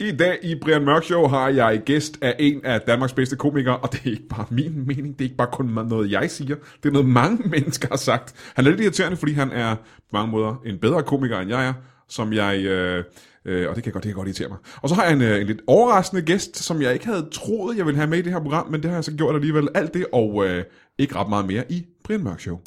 I dag i Brian Mørk Show har jeg gæst af en af Danmarks bedste komikere, og det er ikke bare min mening, det er ikke bare kun noget, jeg siger. Det er noget, mange mennesker har sagt. Han er lidt irriterende, fordi han er på mange måder en bedre komiker, end jeg er, som jeg... Øh, øh, og det kan, godt, det kan godt irritere mig. Og så har jeg en, øh, en lidt overraskende gæst, som jeg ikke havde troet, jeg ville have med i det her program, men det har jeg så gjort alligevel. Alt det og øh, ikke ret meget mere i Brian Mørk Show.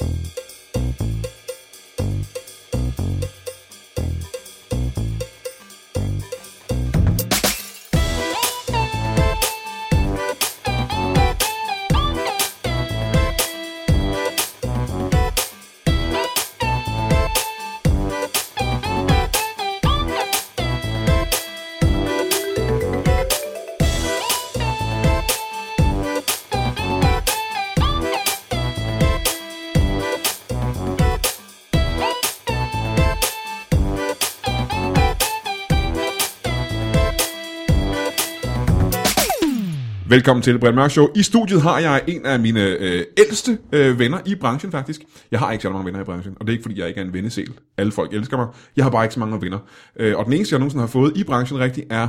Velkommen til Brian Mørk Show. I studiet har jeg en af mine øh, ældste øh, venner i branchen faktisk. Jeg har ikke så mange venner i branchen, og det er ikke fordi, jeg ikke er en vennesel. Alle folk elsker mig. Jeg har bare ikke så mange venner. Øh, og den eneste, jeg nogensinde har fået i branchen rigtig, er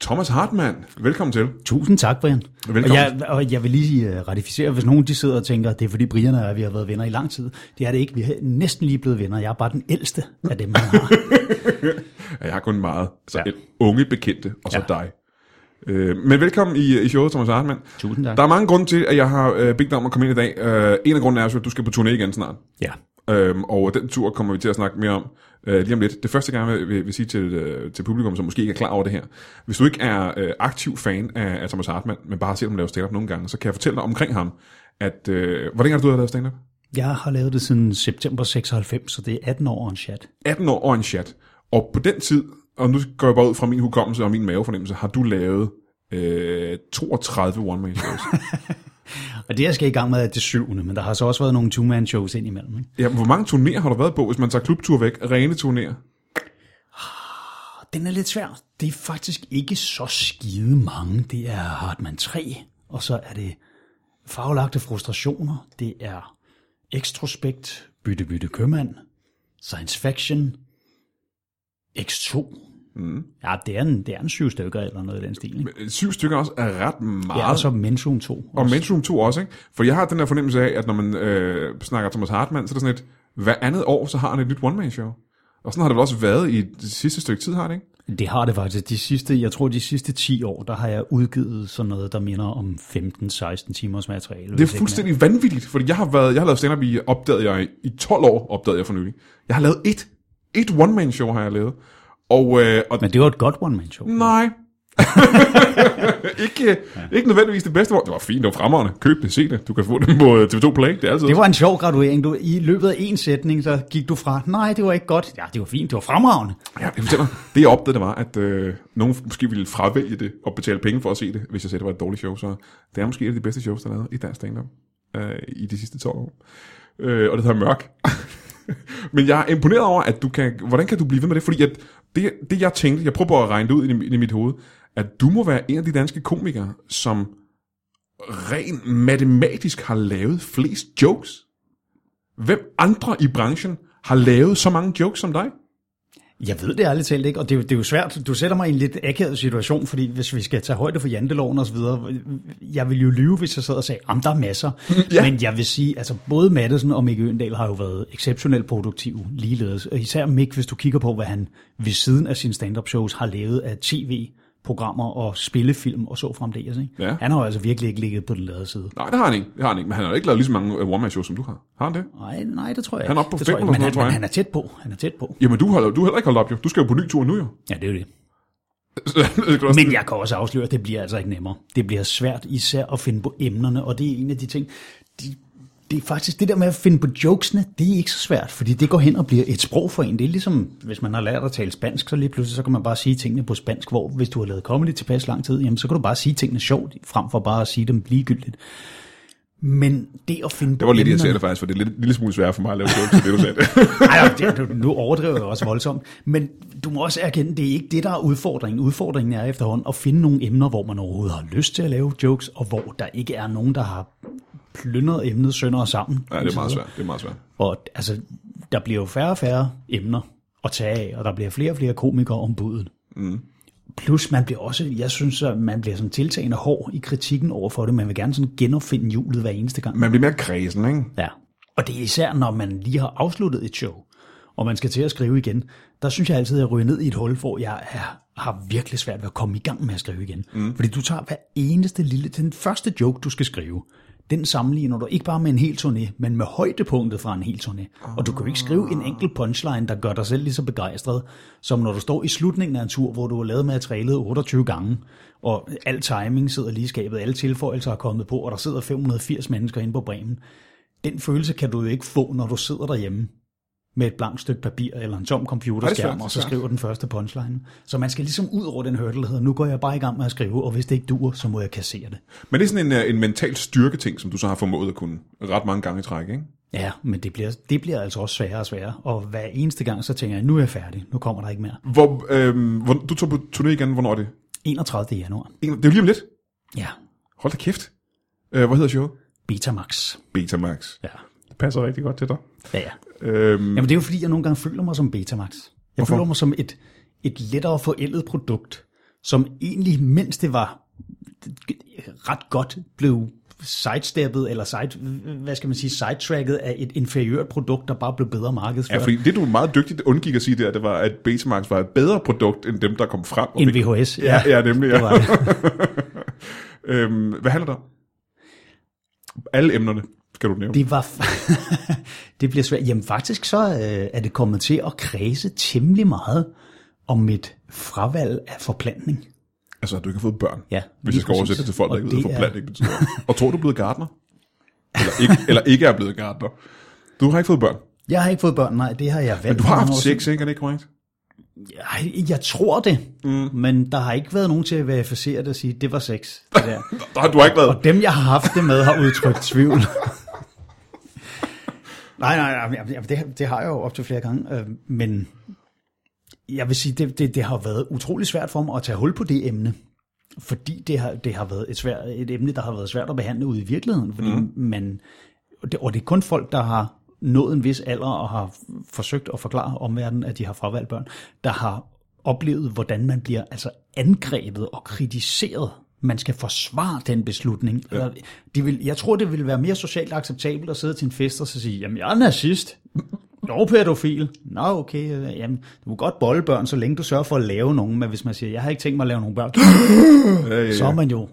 Thomas Hartmann. Velkommen til. Tusind tak, Brian. Velkommen. Og jeg, og jeg vil lige øh, ratificere, hvis nogen de sidder og tænker, at det er fordi Brian og jeg, vi har været venner i lang tid. Det er det ikke. Vi er næsten lige blevet venner. Jeg er bare den ældste af dem, han har. Ja, Jeg har kun meget. Så Ja. ja. unge bekendte, og så ja. Ja. dig. Øh, men velkommen i, i showet, Thomas Hartmann. Tusind tak. Der er mange grunde til, at jeg har øh, bedt dig om at komme ind i dag. Øh, en af grunden er jo, at du skal på turné igen snart. ja. Øhm, og den tur kommer vi til at snakke mere om øh, lige om lidt. Det første gang, jeg vil, vil sige til, øh, til publikum, som måske ikke er klar over det her. Hvis du ikke er øh, aktiv fan af, af Thomas Hartmann, men bare har set ham lave stand-up nogle gange, så kan jeg fortælle dig omkring ham, at... Øh, hvor længe har du lavet stand-up? Jeg har lavet det siden september 96, så det er 18 år og en chat. 18 år og en chat. Og på den tid, og nu går jeg bare ud fra min hukommelse og min mavefornemmelse, har du lavet øh, 32 one-man-shows. Og det, jeg skal i gang med, er det syvende, men der har så også været nogle two-man-shows indimellem. Ikke? ja, hvor mange turnéer har du været på, hvis man tager klubtur væk? Rene turnéer? Og den er lidt svær. Det er faktisk ikke så skide mange. Det er Hartmann 3, og så er det faglagte frustrationer. Det er Extrospekt, Bytte Bytte Købmand, Science Faction, X2. Mm. Ja, det er en, det er en syv stykker eller noget i den stil. Ikke? altså Øh, Syv stykker også er ret meget. Ja, og så Mensum 2. Og Menstruum 2 også, ikke? For jeg har den der fornemmelse af, at når man øh, snakker Thomas Hartmann, så er det sådan et, hver andet år, så har han et nyt one-man-show. Og sådan har det vel også været i det sidste stykke tid, har det ikke? Det har det faktisk. De sidste, jeg tror, de sidste 10 år, der har jeg udgivet sådan noget, der minder om 15-16 timers materiale. hvis Det ikke er mere. fuldstændig vanvittigt, fordi jeg har, været, jeg har lavet stand-up i, opdagede jeg, i 12 år, opdagede jeg for nylig. Jeg har lavet et, et one-man-show, har jeg lavet. Og, øh, og Men det var et godt one-man-show. nej, ikke, ja. ikke nødvendigvis det bedste. hvor- Det var fint, det var fremragende. Køb det, se det. Du kan få det på øh, TV2 Play. Det er altid Det var en sjov graduering. Du, I løbet af en sætning, så gik du fra, nej, det var ikke godt. Ja, det var fint, det var fremragende. Ja, jeg fortæller, det jeg opdagede, det var, at øh, nogen måske ville fravælge det og betale penge for at se det, hvis jeg sagde, det var et dårligt show. Så det er måske et af de bedste shows, der er lavet i dansk stand øh, i de sidste 12 år. Øh, og det hedder Mørk. Men jeg er imponeret over, at du kan... Hvordan kan du blive ved med det? Fordi at det, det, jeg tænkte, jeg prøver bare at regne det ud ind i, ind i mit hoved, at du må være en af de danske komikere, som rent matematisk har lavet flest jokes. Hvem andre i branchen har lavet så mange jokes som dig? Jeg ved det ærligt talt ikke, og det er, jo, det er jo svært. Du sætter mig i en lidt akavet situation, fordi hvis vi skal tage højde for janteloven og så videre, jeg ville jo lyve, hvis jeg sad og sagde, at der er masser. Ja. Men jeg vil sige, altså både Madsen og Mick Øndal har jo været exceptionelt produktive ligeledes. Og Især Mick, hvis du kigger på, hvad han ved siden af sine stand-up shows har lavet af tv programmer og spillefilm og så fremdeles. Ikke? Ja. Han har jo altså virkelig ikke ligget på den lade side. Nej, det har han ikke. Det har han ikke. Men han har jo ikke lavet lige så mange øh, one-man-shows, som du har. Har han det? Nej, nej, det tror jeg Han er ikke. oppe på det tror jeg, 500, ikke, men han, tror jeg. men han er tæt på. Han er tæt på. Jamen, du har, du har heller ikke holdt op, jo. Du skal jo på ny tur nu, jo. Ja, det er jo det. Men, Men jeg kan også afsløre, at det bliver altså ikke nemmere. Det bliver svært især at finde på emnerne, og det er en af de ting... De, det er faktisk det der med at finde på jokesene, det er ikke så svært, fordi det går hen og bliver et sprog for en. Det er ligesom, hvis man har lært at tale spansk, så lige pludselig så kan man bare sige tingene på spansk, hvor hvis du har lavet comedy tilpas lang tid, jamen, så kan du bare sige tingene sjovt, frem for bare at sige dem ligegyldigt. Men det at finde det var lidt på emnerne, irriterende faktisk, for det er lidt, lille smule svært for mig at lave jokes, til det du sagde. Ej, det, nu- nu overdriver jeg også voldsomt. Men du må også erkende, det er ikke det, der er udfordringen. Udfordringen er efterhånden at finde nogle emner, hvor man overhovedet har lyst til at lave jokes, og hvor der ikke er nogen, der har plyndret emnet sønder og sammen. Nej, det er meget svært. Det er meget svært. Og altså, der bliver jo færre og færre emner at tage af, og der bliver flere og flere komikere om budet. Mm. Plus man bliver også, jeg synes, at man bliver sådan tiltagende hård i kritikken overfor det. Man vil gerne sådan genopfinde hjulet hver eneste gang. Man bliver mere kredsen, ikke? Ja. Og det er især, når man lige har afsluttet et show, og man skal til at skrive igen. Der synes jeg altid, at jeg ryger ned i et hul, hvor jeg er, har virkelig svært ved at komme i gang med at skrive igen. Mm. Fordi du tager hver eneste lille, den første joke, du skal skrive, den sammenligner du ikke bare med en hel turné, men med højdepunktet fra en hel turné. Og du kan jo ikke skrive en enkelt punchline, der gør dig selv lige så begejstret, som når du står i slutningen af en tur, hvor du har lavet materialet 28 gange, og al timing sidder lige i skabet, alle tilføjelser er kommet på, og der sidder 580 mennesker inde på Bremen den følelse kan du jo ikke få, når du sidder derhjemme med et blankt stykke papir eller en tom Ej, det er computerskærm, svært, og så det er skriver den første punchline. Så man skal ligesom ud over den hurdle, der hedder, nu går jeg bare i gang med at skrive, og hvis det ikke duer, så må jeg kassere det. Men det er sådan en, øh, en mental styrketing, som du så har formået at kunne ret mange gange i træk, ikke? Ja, men det bliver, det bliver altså også sværere og sværere, og hver eneste gang, så tænker jeg, nu er jeg færdig, nu kommer der ikke mere. Hvor, øhm, hvor, du tog på turné igen, hvornår er det? 31. januar. En- Det er jo lige om lidt. Ja, Hold da kæft. Øh, hvad hedder showet? Betamax. Betamax. Ja, Det passer rigtig godt til dig. ja, ja. Øhm, Jamen det er jo fordi, jeg nogle gange føler mig som Betamax. Jeg Hvorfor? føler mig som et, et lettere forældet produkt, som egentlig, mens det var ret godt, blev sidesteppet, eller side, hvad skal man sige, sidetracket af et inferiørt produkt, der bare blev bedre ja, markedsført fordi det, du meget dygtigt undgik at sige der, det var, at Betamax var et bedre produkt, end dem, der kom frem. og end fik- VHS. Ja, ja, nemlig. Det var Ja. det. Øhm, hvad handler det om? Alle emnerne, skal du nævne. Det, var, det bliver svært. Jamen faktisk så øh, er det kommet til at kredse temmelig meget om mit fravalg af forplantning. Altså, at du ikke har fået børn. Ja, hvis lige jeg skal præcis. oversætte det til folk, der Og ikke ved, det hvad er- forplantning betyder. Og tror du er blevet gartner? Eller ikke, eller ikke er blevet gartner. Du har ikke fået børn. Jeg har ikke fået børn, nej, det har jeg valgt. Men du for har mange haft år siden. sex, ikke? Er det ikke korrekt? Ej, jeg tror det, mm. men der har ikke været nogen til at verificere det og sige, det var sex. Det der. Nej, du har ikke været... Og dem, jeg har haft det med, har udtrykt tvivl. nej, nej, nej, jamen, det, det har jeg jo op til flere gange, øh, men jeg vil sige, det, det, det har været utrolig svært for mig at tage hul på det emne, fordi det har, det har været et, svært, et emne, der har været svært at behandle ude i virkeligheden, fordi mm. man, og det, og det er kun folk, der har nået en vis alder og har forsøgt at forklare omverdenen, at de har fravalgt børn, der har oplevet, hvordan man bliver altså angrebet og kritiseret. Man skal forsvare den beslutning. Ja. Eller, de vil, jeg tror, det ville være mere socialt acceptabelt at sidde til en fest og så sige, jamen jeg er nazist. Nå, pædofil. Nå, okay. øh, Jamen, du må godt bolle børn, så længe du sørger for at lave nogen. Men hvis man siger, jeg har ikke tænkt mig at lave nogen børn, Ja, ja, så ja. er man jo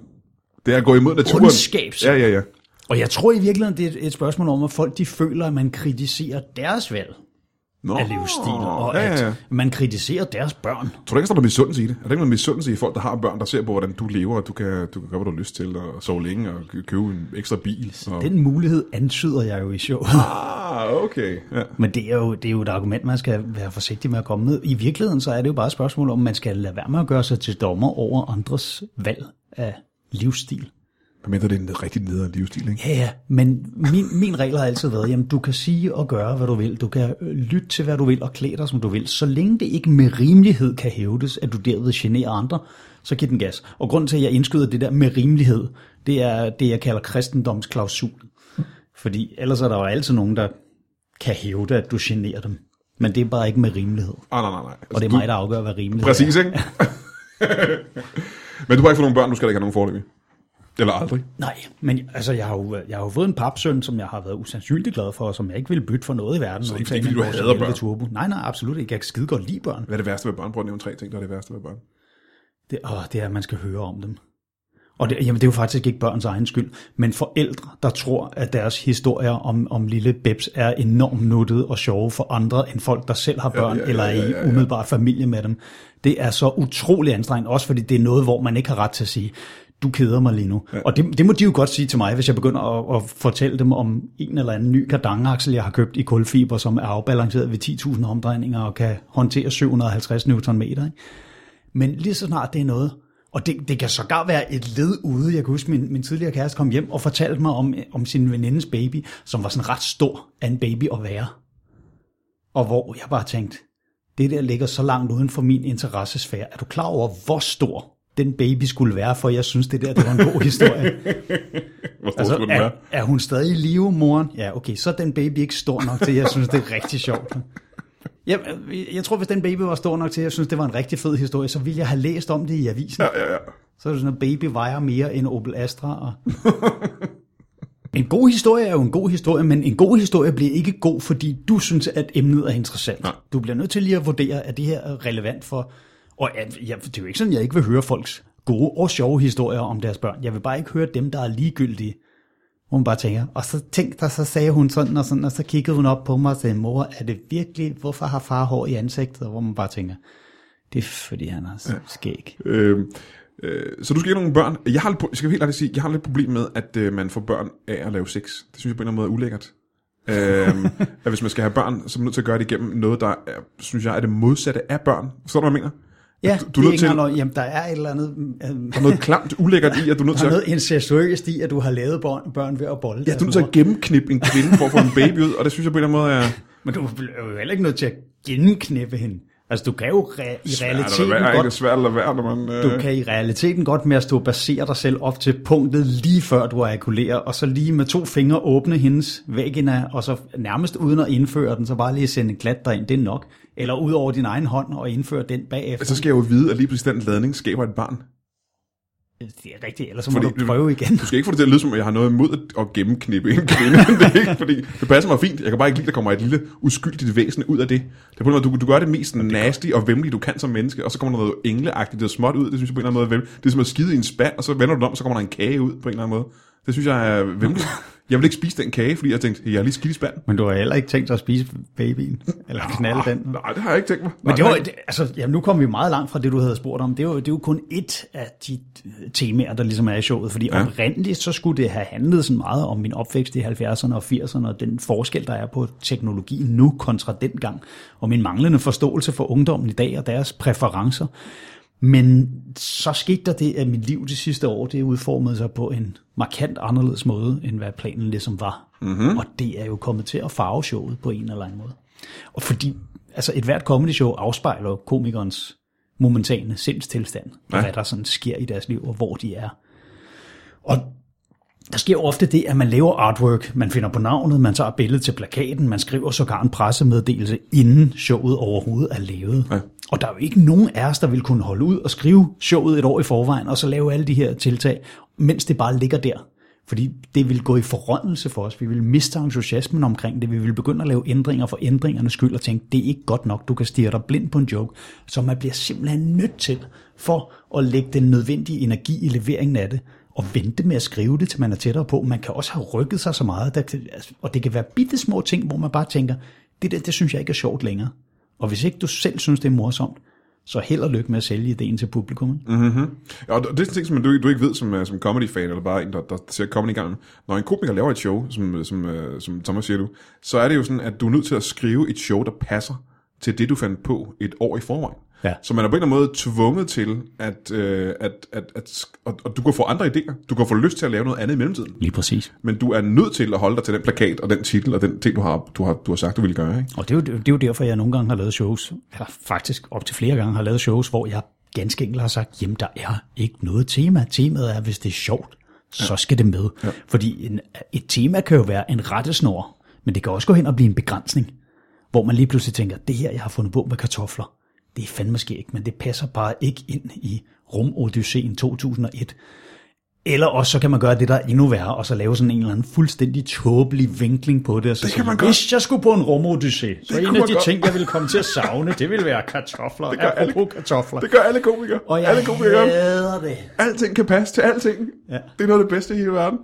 Det er at gå imod naturen. Ondskabs- Ja, ja, ja. og jeg tror i virkeligheden, det er et- et spørgsmål om, at folk de føler, at man kritiserer deres valg Nå, af livsstil, og ja, ja, ja. at man kritiserer deres børn. Tror du ikke, at der er noget misundelse i det? Er der ikke noget misundelse i folk, der har børn, der ser på, hvordan du lever, og du kan, du kan gøre, hvad du har lyst til, og sove længe, og kø- købe en ekstra bil? Og... Den mulighed antyder jeg jo i showet. Ah, okay. Ja. Men det er, jo, det er jo et argument, man skal være forsigtig med at komme med. I virkeligheden så er det jo bare et spørgsmål om, man skal lade være med at gøre sig til dommer over andres valg af livsstil. Men mindre det er en rigtig nederen livsstil, ikke? Ja, ja, men min, min regel har altid været, jamen du kan sige og gøre, hvad du vil. Du kan øh, lytte til, hvad du vil og klæde dig, som du vil. Så længe det ikke med rimelighed kan hævdes, at du derved generer andre, så giv den gas. Og grunden til, at jeg indskyder det der med rimelighed, det er det, jeg kalder kristendomsklausul. Fordi ellers er der jo altid nogen, der kan hævde, at du generer dem. Men det er bare ikke med rimelighed. Ah, nej, nej, nej. Altså, Og det er du- mig, der afgør, hvad rimelighed Præcis, er. ikke? Men du har ikke fået nogen børn, du skal da ikke have nogen forløb Eller aldrig. Nej, men altså, jeg har, jo, jeg har jo fået en papsøn, som jeg har været usandsynligt glad for, og som jeg ikke ville bytte for noget i verden. Så det er ikke, fordi du hader børn? Turbo. Nej, nej, absolut ikke. Jeg kan skide godt lide børn. Hvad er det værste ved børn? Prøv at nævne tre ting, der er det værste ved børn. Det, åh, det er, at man skal høre om dem. Og det, jamen, det er jo faktisk ikke børns egen skyld, men forældre, der tror, at deres historier om, om lille Bebs er enormt nuttede og sjove for andre end folk, der selv har børn ja, ja, eller er i umiddelbart familie med dem. Det er så utrolig anstrengende, også fordi det er noget, hvor man ikke har ret til at sige, du keder mig lige nu. Ja. Og det, det må de jo godt sige til mig, hvis jeg begynder at, at fortælle dem om en eller anden ny kardangaksel, jeg har købt i kulfiber, som er afbalanceret ved 10.000 omdrejninger og kan håndtere 750 Nm. Ikke? Men lige så snart det er noget, og det, det kan sågar være et led ude. Jeg kan huske, min, min tidligere kæreste kom hjem og fortalte mig om, om sin venindes baby, som var sådan ret stor af en baby at være. Og hvor jeg bare tænkte, det der ligger så langt uden for min interessesfære. Er du klar over, hvor stor den baby skulle være, for jeg synes, det der det var en god historie. Hvor stor altså, Altså, skulle den er, være? er hun stadig i live, moren? Ja, okay, så er den baby ikke stor nok til, jeg synes, det er rigtig sjovt. Jeg, jeg tror, hvis den baby var stor nok til, at jeg synes, det var en rigtig fed historie, så ville jeg have læst om det i avisen. Ja, ja, ja. Så er det sådan, at baby vejer mere end Opel Astra. Og... en god historie er jo en god historie, men en god historie bliver ikke god, fordi du synes, at emnet er interessant. Nej. Du bliver nødt til lige at vurdere, at det her er relevant for... Og at, jeg, det er jo ikke sådan, at jeg ikke vil høre folks gode og sjove historier om deres børn. Jeg vil bare ikke høre dem, der er ligegyldige. Hvor man bare tænker, og så tænkte der, så sagde hun sådan og sådan, og så kiggede hun op på mig og sagde, mor, er det virkelig, hvorfor har far hår i ansigtet? Og hvor man bare tænker, det er fordi han har skæg. Øhm, øh, så du skal have nogle børn. Jeg har lidt, pro- jeg skal helt ærligt sige, jeg har lidt problem med, at øh, man får børn af at lave sex. Det synes jeg på en eller anden måde er ulækkert. øhm, at hvis man skal have børn, så er man nødt til at gøre det igennem noget, der er, synes jeg er det modsatte af børn. Forstår du, hvad jeg mener? Ja, du- du er du, du nødt er ikke til- til... Noget, jamen, der er et eller andet, øh, Der er noget klamt ulækkert i, at du er nødt der til er at noget incestuøst i, at du har lavet børn, børn ved at bolde Ja, deres du er nødt til mor. at gennemknippe en kvinde for at få en baby ud, og det synes jeg på en eller anden måde er... Men du er jo heller ikke nødt til at gennemknæppe hende. Altså, du kan jo re- i realiteten svært at lade være, ikke? Det er godt... svært at lade være, når man... Øh, Du kan i realiteten godt masturbasere dig selv op til punktet lige før du artikulerer, og så lige med to fingre åbne hendes vagina, og så nærmest uden at indføre den, så bare lige sende en klat derind, det er nok. Eller ud over din egen hånd og indføre den bagefter. Så skal jeg jo vide, at lige præcis den ladning skaber et barn. Det er rigtigt, ellers så må Fordi- du prøve igen. Du skal ikke få det til at lyde som, at jeg har noget imod at- at gennemknippe en kvinde. det er ikke, fordi det passer mig fint. Jeg kan bare ikke lide, at der kommer et lille uskyldigt væsen ud af det. Det er på en eller anden måde, du, du gør det mest nasty og vemmelige, du kan som menneske, og så kommer der noget engleagtigt og småt ud. Det synes jeg på en eller anden måde er vemmeligt. Det er som at skide i en spand, og så vender du den om, og så kommer der en kage ud på en eller anden måde. Det synes jeg er vemmeligt. Jeg vil ikke spise den kage, fordi jeg tænkte, hey, jeg har lige skidt i spanden. Men du har heller ikke tænkt dig at spise babyen, eller knalde den. Nej, det har jeg ikke tænkt mig. Nej, Men det var, nej. det, altså, jamen, nu kom vi meget langt fra det, du havde spurgt om. Det er jo, det er jo kun et af de øh, temaer, der ligesom er i showet. Fordi ja. oprindeligt, så skulle det have handlet sådan meget om min opvækst i 70'erne og 80'erne, og den forskel, der er på teknologi nu kontra dengang, og min manglende forståelse for ungdommen i dag og deres præferencer. Men så skete der det, at mit liv de sidste år, det udformede sig på en markant anderledes måde, end hvad planen ligesom var. Mm-hmm. Og det er jo kommet til at farve showet på en eller anden måde. Og fordi altså et hvert comedy show afspejler jo komikernes momentane sindstilstand, Ja. ja. hvad der sådan sker i deres liv, og hvor de er. Og der sker ofte det, at man laver artwork, man finder på navnet, man tager billedet til plakaten, man skriver sågar en pressemeddelelse, inden showet overhovedet er lavet. Ja. Og der er jo ikke nogen af os, der vil kunne holde ud og skrive showet et år i forvejen, og så lave alle de her tiltag, mens det bare ligger der. Fordi det vil gå i forrådnelse for os. Vi vil miste entusiasmen omkring det. Vi vil begynde at lave ændringer for ændringernes skyld og tænke, det er ikke godt nok, du kan stirre dig blind på en joke, som man bliver simpelthen nødt til for at lægge den nødvendige energi i leveringen af det og vente med at skrive det, til man er tættere på. Man kan også have rykket sig så meget, der kan, altså, og det kan være bitte små ting, hvor man bare tænker, det der, det synes jeg ikke er sjovt længere. Og hvis ikke du selv synes, det er morsomt, så held og lykke med at sælge ideen til publikum. ikke? Ja, og det er en ting, som du, du ikke ved som, øh, som comedy-fan, eller bare en, der, der ser comedy i gang. Når en komiker laver et show, som, øh, som, øh, som Thomas siger du, så er det jo sådan, at du er nødt til at skrive et show, der passer til det, du fandt på et år i forvejen. Ja. Så man er på en eller anden måde tvunget til, at, øh, at, at, at, sk- og, og du kan få andre idéer. Du kan få lyst til at lave noget andet i mellemtiden. Lige præcis. Men du er nødt til at holde dig til den plakat og den titel og den ting, du har, du har, du har sagt, du ville gøre. Ikke? Og det er, jo, det er jo derfor, jeg nogle gange har lavet shows, eller faktisk op til flere gange har lavet shows, hvor jeg ganske enkelt har sagt, jamen der er ikke noget tema. Temaet er, hvis det er sjovt, så skal det med. Ja. Fordi en, et tema kan jo være en rettesnor, men det kan også gå hen og blive en begrænsning, hvor man lige pludselig tænker, det her, jeg har fundet på med kartofler, det er fandme måske ikke, men det passer bare ikke ind i Rum Odysseen 2001. Eller også så kan man gøre det, der er endnu værre, og så lave sådan en eller anden fuldstændig tåbelig vinkling på det. Og så det kan man godt. hvis jeg skulle på en rumodyssé, så en kunne af man de godt. ting, jeg ville komme til at savne, det ville være kartofler. Det gør alle. apropos kartofler. Det gør alle komikere. og jeg alle komikere gør det. hader det. Alting kan passe til alting. Ja. Det er noget af det bedste i hele verden.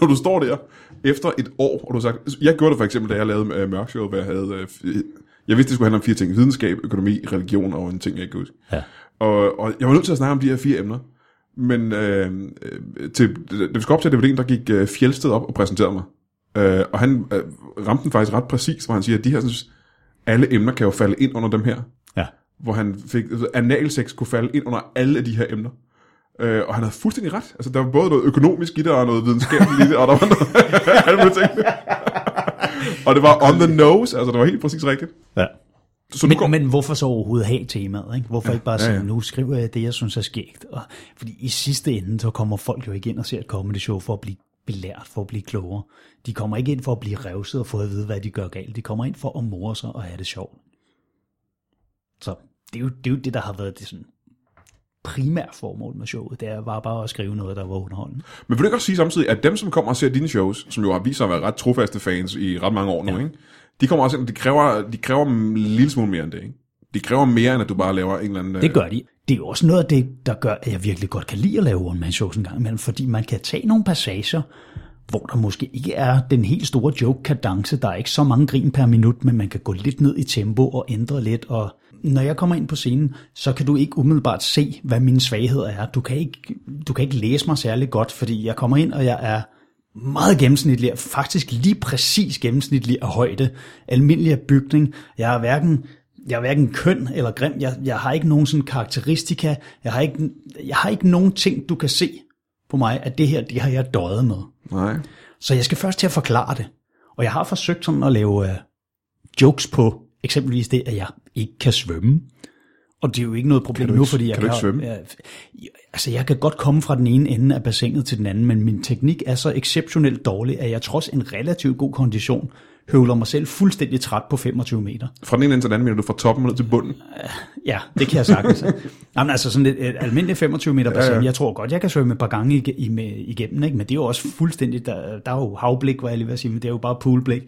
Når du står der efter et år, og du har sagt... Jeg gjorde det for eksempel, da jeg lavede øh, Mørkshowet, hvor jeg havde... Øh, f- jeg vidste, det skulle handle om fire ting. Videnskab, økonomi, religion og en ting, jeg ikke kan huske. Ja. Og, og jeg var nødt til at snakke om de her fire emner. Men øh, øh, til, da vi skulle op til DVD'en, der gik øh, Fjeldsted op og præsenterede mig. Øh, og han øh, ramte den faktisk ret præcis, hvor han siger, at de her, synes, alle emner kan jo falde ind under dem her Ja. hvor han fik, altså, analsex kunne falde ind under alle af de her emner. Øh, og han havde fuldstændig ret. Altså, der var både noget økonomisk i det, og noget videnskabeligt i det, og der var noget alle mulige ting. og det var on the nose, altså det var helt præcis rigtigt. ja. Så nu Men, går, men hvorfor så overhovedet have temaet? Ikke? Hvorfor ja, ikke bare sige, ja, ja. nu skriver jeg det, jeg synes er skægt? Og, fordi i sidste ende, så kommer folk jo ikke ind og ser et comedy show for at blive belært, for at blive klogere. De kommer ikke ind for at blive revset og få at vide, hvad de gør galt. De kommer ind for at more sig og have det sjovt. Så det er jo det, er jo det der har været det sådan primære formål med showet. Det er- var bare at skrive noget, der var underholdende. Men vil du ikke også sige samtidig, at dem, som kommer og ser dine shows, som jo har vist sig at være ret trofaste fans i ret mange år nu, ja. ikke? De kommer også ind, de kræver, de kræver en lille smule mere end det, ikke? De kræver mere, end at du bare laver en eller anden... øh, Det gør de. Det er jo også noget af det, der gør, at jeg virkelig godt kan lide at lave one-man-shows en gang imellem, fordi man kan tage nogle passager, hvor der måske ikke er den helt store joke-kadence, der er ikke så mange grin per minut, men man kan gå lidt ned i tempo og ændre lidt, og når jeg kommer ind på scenen, så kan du ikke umiddelbart se, hvad mine svagheder er. Du kan ikke, du kan ikke læse mig særlig godt, fordi jeg kommer ind, og jeg er meget gennemsnitlig, og faktisk lige præcis gennemsnitlig af højde, almindelig af bygning. Jeg er hverken, jeg er hverken køn eller grim, jeg, jeg har ikke nogen sådan karakteristika, jeg har, ikke, jeg har ikke nogen ting, du kan se på mig, at det her, det har jeg døjet med. øh, Nej. Så jeg skal først til at forklare det. Og jeg har forsøgt sådan at lave øh, jokes på eksempelvis det, at jeg ikke kan svømme. Og det er jo ikke noget problem du nu, ikke- fordi jeg kan du ikke svømme? Jeg, jeg, altså, jeg kan godt komme fra den ene ende af bassinet til den anden, men min teknik er så exceptionelt dårlig, at jeg trods en relativt god kondition høvler mig selv fuldstændig træt på 25 meter. Fra den ene ende til den anden, mener du fra toppen og ned til bunden. Ja, det kan jeg sagtens. Jamen altså sådan et, et almindeligt 25 meter bassin, ja, ja. jeg tror godt, jeg kan svømme et par gange ig- i- med- igennem, ikke? men det er jo også fuldstændig, der, der er jo havblik, var jeg lige ved at sige, men det er jo bare poolblik.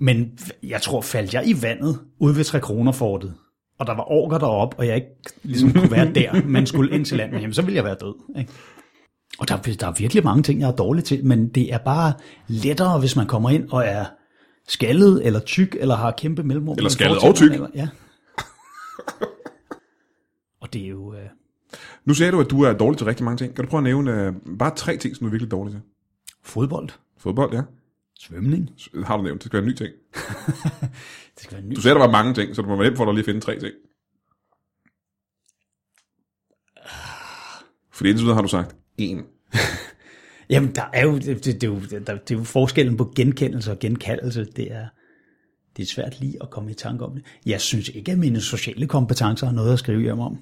Men f- jeg tror, faldt jeg i vandet ude ved 3 kroner fortet, og der var orker derop, og jeg ikke ligesom kunne være der, men skulle ind til landet, jamen så ville jeg være død. Ikke? Og der, der er virkelig mange ting, jeg er dårlig til, men det er bare lettere, hvis man kommer ind og er skaldet, eller tyk, eller har kæmpe mellemrum. mellem skaldet og fortænderne, tyk. eller- Ja. Og det er jo... Øh, Nu sagde du, at du er dårlig til rigtig mange ting. Kan du prøve at nævne øh, bare tre ting, som du er virkelig dårlig til? fodbold, Fodbold, ja. svømning. Så Har du nævnt. Det skal være en ny ting. Det skal være en ny. Du sagde, at der var mange ting, så du må være nemt for dig lige at finde tre ting. Fordi indtil videre har du sagt en. Jamen, der er jo, det, det, det, er jo, der, det er jo forskellen på genkendelse og genkaldelse. Det er, det er svært lige at komme i tanke om det. Jeg synes ikke, at mine sociale kompetencer har noget at skrive hjem om.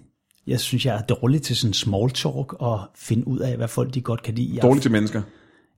Jeg synes, jeg er dårlig til sådan small talk og finde ud af, hvad folk de godt kan lide. Jeg, Dårlig til mennesker.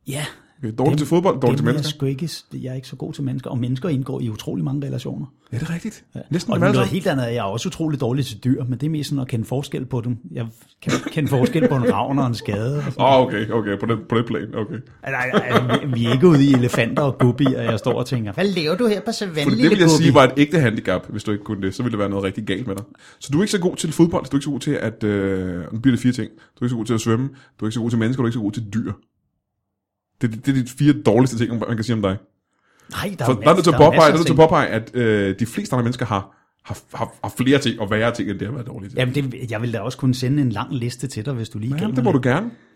Ja, Okay, dårlig til fodbold, dårlig det til er jeg mennesker. sgu ikke, jeg er ikke så god til mennesker, og mennesker indgår i utrolig mange relationer. Ja, det er rigtigt. Næsten Og dem alle noget sammen. helt andet, er, jeg er også utrolig dårlig til dyr, men det er mest sådan at kende forskel på dem. Jeg kan kende forskel på en ravn og en skade. Og sådan. Åh, oh, okay, okay, på det, på det plan, okay. Nej, nej, nej, vi- vi er ikke ude i elefanter og guppier, og jeg står og tænker, hvad laver du her på savannen, Fordi det vil jeg sige var et ægte handicap, hvis du ikke kunne det, så ville der være noget rigtig galt med dig. Så du er ikke så god til fodbold, du er ikke så god til at, øh, nu bliver det fire ting, du er ikke så god til at svømme, du er ikke så god til mennesker, du er ikke så god til dyr. Det, det, det er de fire dårligste ting, man kan sige om dig. Nej, altså, der For er, der er nødt til at påpege, masser- der er masser nødt til af at påpege, at øh, de fleste andre mennesker har, har, har, har flere ting og værre ting, end det har været dårligt til. ting. Jamen, det, jeg ville da også kunne sende en lang liste til dig, hvis du lige gav Jamen, mig det må du lidt.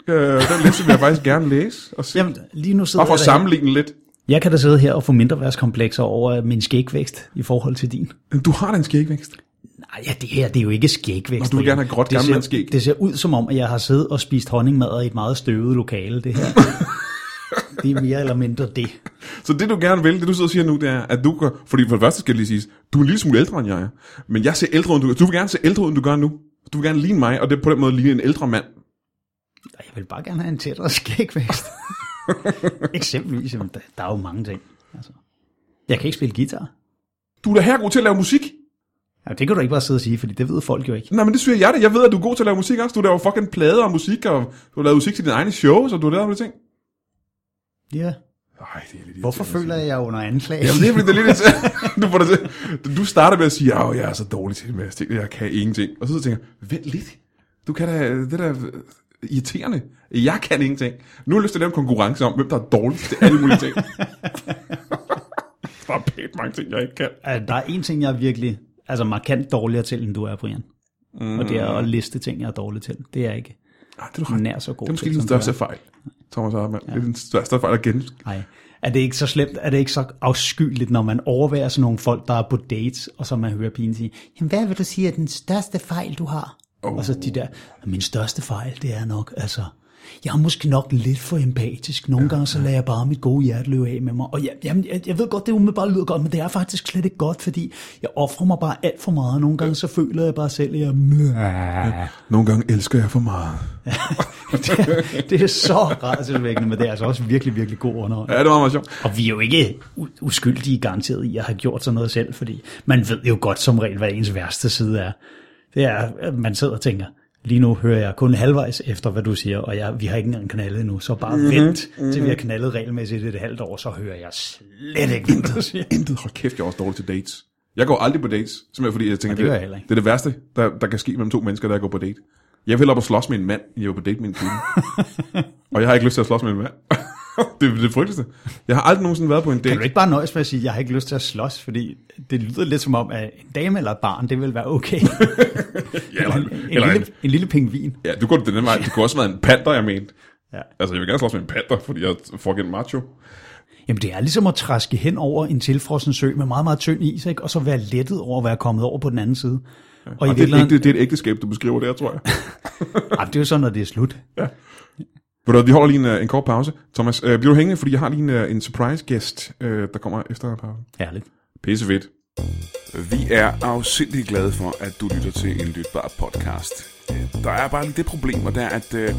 gerne. Øh, den liste vil jeg faktisk gerne læse og se. Jamen, lige nu sidder Bare for at jeg derhen. sammenligne lidt. Jeg kan da sidde her og få mindreværdskomplekser over min skægvækst i forhold til din. Du har da en skægvækst. Nej, ja, det her det er jo ikke skægvækst. Og du vil gerne have gråt Det ser- gammelmandsskæg. Det ser ud som om, at jeg har siddet og spist honningmad i et meget støvet lokale, det her. det er mere eller mindre det. Så det du gerne vil, det du sidder og siger nu, det er, at du gør, fordi for det første skal det lige siges, du er en lille smule ældre end jeg er, men jeg ser ældre end du, du vil gerne se ældre ud, end du gør nu. Du vil gerne ligne mig, og det er på den måde ligne en ældre mand. Og Jeg vil bare gerne have en tættere skægvækst. Eksempelvis, jamen, der, der er jo mange ting. Altså. Jeg kan ikke spille guitar. Du er da her god til at lave musik. Jamen, det kan du ikke bare sidde og sige, fordi det ved folk jo ikke. Nej, men det siger jeg det. Jeg ved, at du er god til at lave musik også. Du laver fucking plader og musik, og du har lavet musik til dine egne shows, og du har lavet alle de ting. Ja. Nej, det er lidt altså. Hvorfor føler jeg, jeg er under anklage? Jamen, det er fordi, det er lidt irriterende. du, får det til. du starter med at sige, at jeg er så dårlig til en masse ting, jeg kan ingenting. Og så sidder jeg og tænker, vent lidt. Du kan da, det er da irriterende. Jeg kan ingenting. Nu har jeg lyst til at lave en konkurrence om, hvem der er dårligst til alle mulige ting. der er pænt mange ting, jeg ikke kan. Altså, der er en ting, jeg er virkelig altså, markant dårligere til, end du er, Brian. Mm. Og det er at liste ting, jeg er dårlig til. Det er jeg ikke Nej, det er du ret. nær så god Det er måske til, den som du er. største fejl. Thomas Hartmann. Ja. Det er den største fejl at gen... Nej. Er det ikke så slemt, er det ikke så afskyeligt, når man overværer sådan nogle folk, der er på dates, og så man hører pigen sige, jamen hvad vil du sige er den største fejl, du har? Oh. Og så de der, min største fejl, det er nok, altså, Jeg er måske nok lidt for empatisk. Nogle gange så lader jeg bare mit gode hjerte løbe af med mig. Og jeg, jamen, jeg, jeg ved godt, det umiddelbart lyder godt, men det er faktisk slet ikke godt, fordi jeg offrer mig bare alt for meget. Nogle gange så føler jeg bare selv, at jeg... Nogle gange elsker jeg for meget. Det er, det er så rædselsvækkende, men det er altså også virkelig, virkelig god underhold. Ja, det var meget sjovt. Og vi er jo ikke u- uskyldige garanteret i at have gjort sådan noget selv, fordi man ved jo godt som regel, hvad ens værste side er. Det er, at man sidder og tænker, lige nu hører jeg kun halvvejs efter, hvad du siger, og jeg, vi har ikke engang knaldet endnu, så bare Mhm, mm-hmm, vent, mm-hmm. til vi har knaldet regelmæssigt et halvt år, så hører jeg slet ikke, hvad du siger. Intet, hold kæft, jeg er også dårlig til dates. Jeg går aldrig på dates, simpelthen fordi jeg tænker, det gør jeg det, heller ikke. det er det værste, der, der kan ske mellem to mennesker, der går på date. Jeg vil hellere op og slås med en mand, end jeg vil på date med en kvinde. og jeg har ikke lyst til at slås med en mand. det er det frygteligste. Jeg har aldrig nogensinde været på en date. Kan du ikke bare nøjes med at sige, at jeg har ikke lyst til at slås, fordi det lyder lidt som om, at en dame eller et barn, det vil være okay. ja, eller, en, eller en, lille, en lille pingvin. ja, du går den anden vej. Det kunne også have været en panter, jeg mente. Ja. Altså, jeg vil gerne slås med en panter, fordi jeg er fucking macho. Jamen det er ligesom at træske hen over en tilfrossen sø med meget, meget tynd is, ikke? og så være lettet over at være kommet over på den anden side. Og, Og, og det, er et ægte, det er et ægteskab, du beskriver der, tror jeg. Ej, det er jo sådan, når det er slut. Ved du, hvad, vi holder lige en, øh, en kort pause. Thomas, øh, bliver du hængende, fordi jeg har lige en, øh, en surprise gæst, øh, der kommer efter pausen. Herligt. Pisse fedt. Vi er afsindig glade for, at du lytter til en lytbar podcast. Øh, Der er bare lidt det problem, og det er, at øh,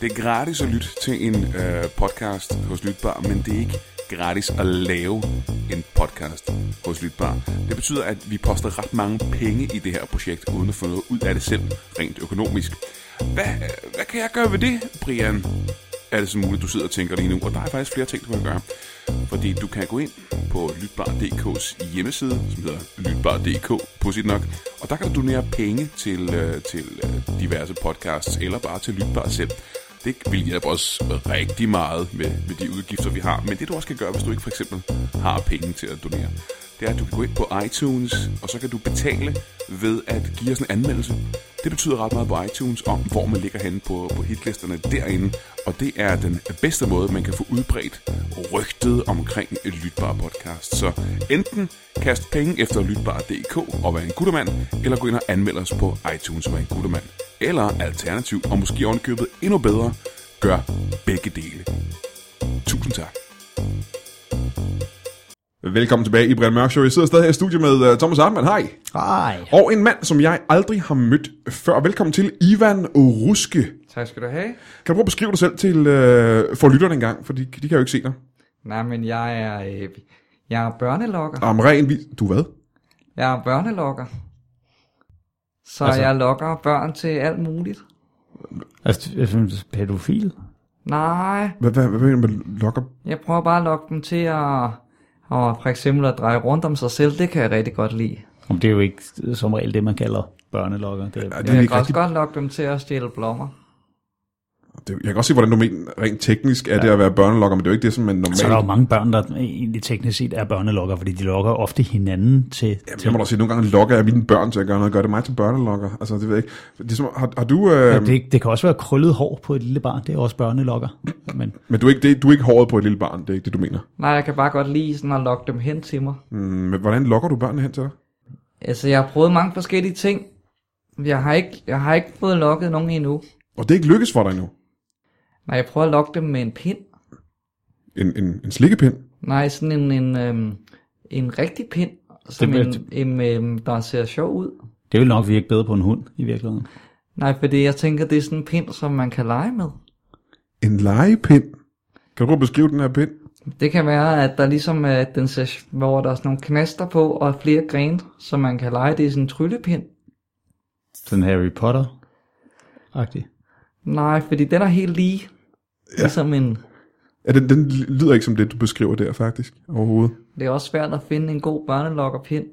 det er gratis at lytte til en øh, podcast hos Lytbar, men det er ikke gratis at lave en podcast hos Lytbar. Det betyder, at vi poster ret mange penge i det her projekt, uden at få noget ud af det selv, rent økonomisk. Hvad, øh, hvad kan jeg gøre ved det, Brian? er det så muligt, du sidder og tænker lige nu. Og der er faktisk flere ting, du kan gøre. Fordi du kan gå ind på Lytbar.dk's hjemmeside, som hedder Lytbar.dk, på sit nok. Og der kan du donere penge til, øh, til øh, diverse podcasts, eller bare til Lytbar selv. Det vil hjælpe os rigtig meget med, med de udgifter, vi har. Men det du også kan gøre, hvis du ikke for eksempel har penge til at donere, det er, at du kan gå ind på iTunes, og så kan du betale ved at give os en anmeldelse. Det betyder ret meget på iTunes om, hvor man ligger henne på, på hitlisterne derinde, og det er den bedste måde, man kan få udbredt rygtet omkring et lytbar podcast. Så enten kast penge efter lytbar.dk og vær en guttermand, eller gå ind og anmeld os på iTunes og vær en guttermand. Eller alternativt, og måske ovenkøbet endnu bedre, gør begge dele. Tusind tak. Velkommen tilbage i Brian Mørk Show. Jeg sidder stadig her i studiet med uh, Thomas Hartmann. Hej. Ej. Og en mand, som jeg aldrig har mødt før. Velkommen til Ivan Oruske. Tak skal du have. Kan du prøve at beskrive dig selv til uh, for lytterne engang? For de, de kan jo ikke se dig. Nej, men jeg er, øh, jeg er børnelokker. Om ren vis... Du hvad? Jeg er børnelokker. Så Altså- altså... jeg lokker børn til alt muligt. Altså, jeg synes, pædofil? Nej, Hvad, hvad, hvad mener du med lokker? jeg prøver bare at lokke dem til at, og for eksempel at dreje rundt om sig selv. Det kan jeg rigtig godt lide. Om det er jo ikke som regel det, man kalder børnelokker. Det er, Er Men det jeg ikke kan også rigtigt? godt lokke dem til at stjæle blommer. Det, jeg kan godt se, hvordan du mener rent teknisk er det at være børnelokker, men det er jo ikke det, som man normalt... så er der jo mange børn, der egentlig teknisk set er børnelokker, fordi de lokker ofte hinanden til... Jamen, til jeg må da sige, nogle gange lokker jeg mine børn til at gøre noget. Gør det mig til børnelokker? Altså, det ved jeg ikke. Det er som, har, har du, øh, Ja, det, det kan også være krøllet hår på et lille barn, det er også børnelokker. Men Men du er, ikke, det, du er ikke håret på et lille barn, det er ikke det, du mener. Nej, jeg kan bare godt lide sådan at lokke dem hen til mig. Mm, men hvordan lokker du børnene hen til dig? Altså, jeg har prøvet mange forskellige ting. Jeg har ikke, jeg har ikke fået lokket nogen endnu. Og det er ikke lykkes for dig endnu. Nej, jeg prøver at lokke dem med en pind. En, en, en slikkepind? Nej, sådan en, en, øhm, en rigtig pind, som Det det vil- en, en, øhm, der ser sjov ud. det vil nok virke bedre på en hund i virkeligheden. Nej, fordi jeg tænker, det er sådan en pind, som man kan lege med. En legepind? Kan du prøve at beskrive den her pind? Det kan være, at der ligesom er, den ser, sj- hvor der er sådan nogle knaster på og flere grene, som man kan lege. Det er sådan en tryllepind. Sådan Harry Potter-agtig. Nej, fordi den er helt lige. Ja. Ligesom en, Ja, den, den lyder ikke som det, du beskriver der, faktisk, overhovedet. det er også svært at finde en god børnelokkerpind.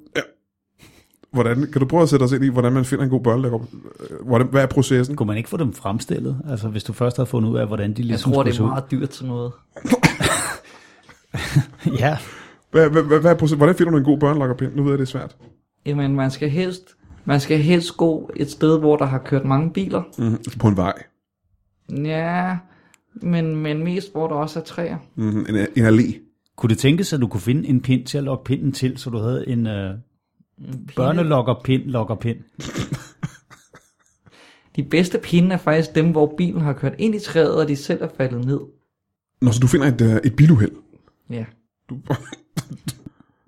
Hvordan, kan du prøve at sætte os ind i, hvordan man finder en god børnelokker? Øh, Hvordan, hvad er processen? Kunne man ikke få dem fremstillet? Altså, hvis du først havde fundet ud af, hvordan de Jeg ligesom tror, det er skulle meget dyrt til noget. se ud. Ja, Hvad, hvad, hvad, hvad er processen? Hvordan finder du en god børnelokkerpind? Nu ved jeg, det er svært. Jamen, man skal helst, man skal helst gå et sted, hvor der har kørt mange biler. Mm-hmm. På en vej. Ja, men, men mest, hvor der også er træer. Mm-hmm. En, en allé. Kunne det tænkes, at du kunne finde en pind til at lokke pinden til, så du havde en øh, børnelokker-pind-lokker-pind? De bedste pinde er faktisk dem, hvor bilen har kørt ind i træet, og de selv er faldet ned. Nå, så du finder et, øh, et biluheld. Ja. Du...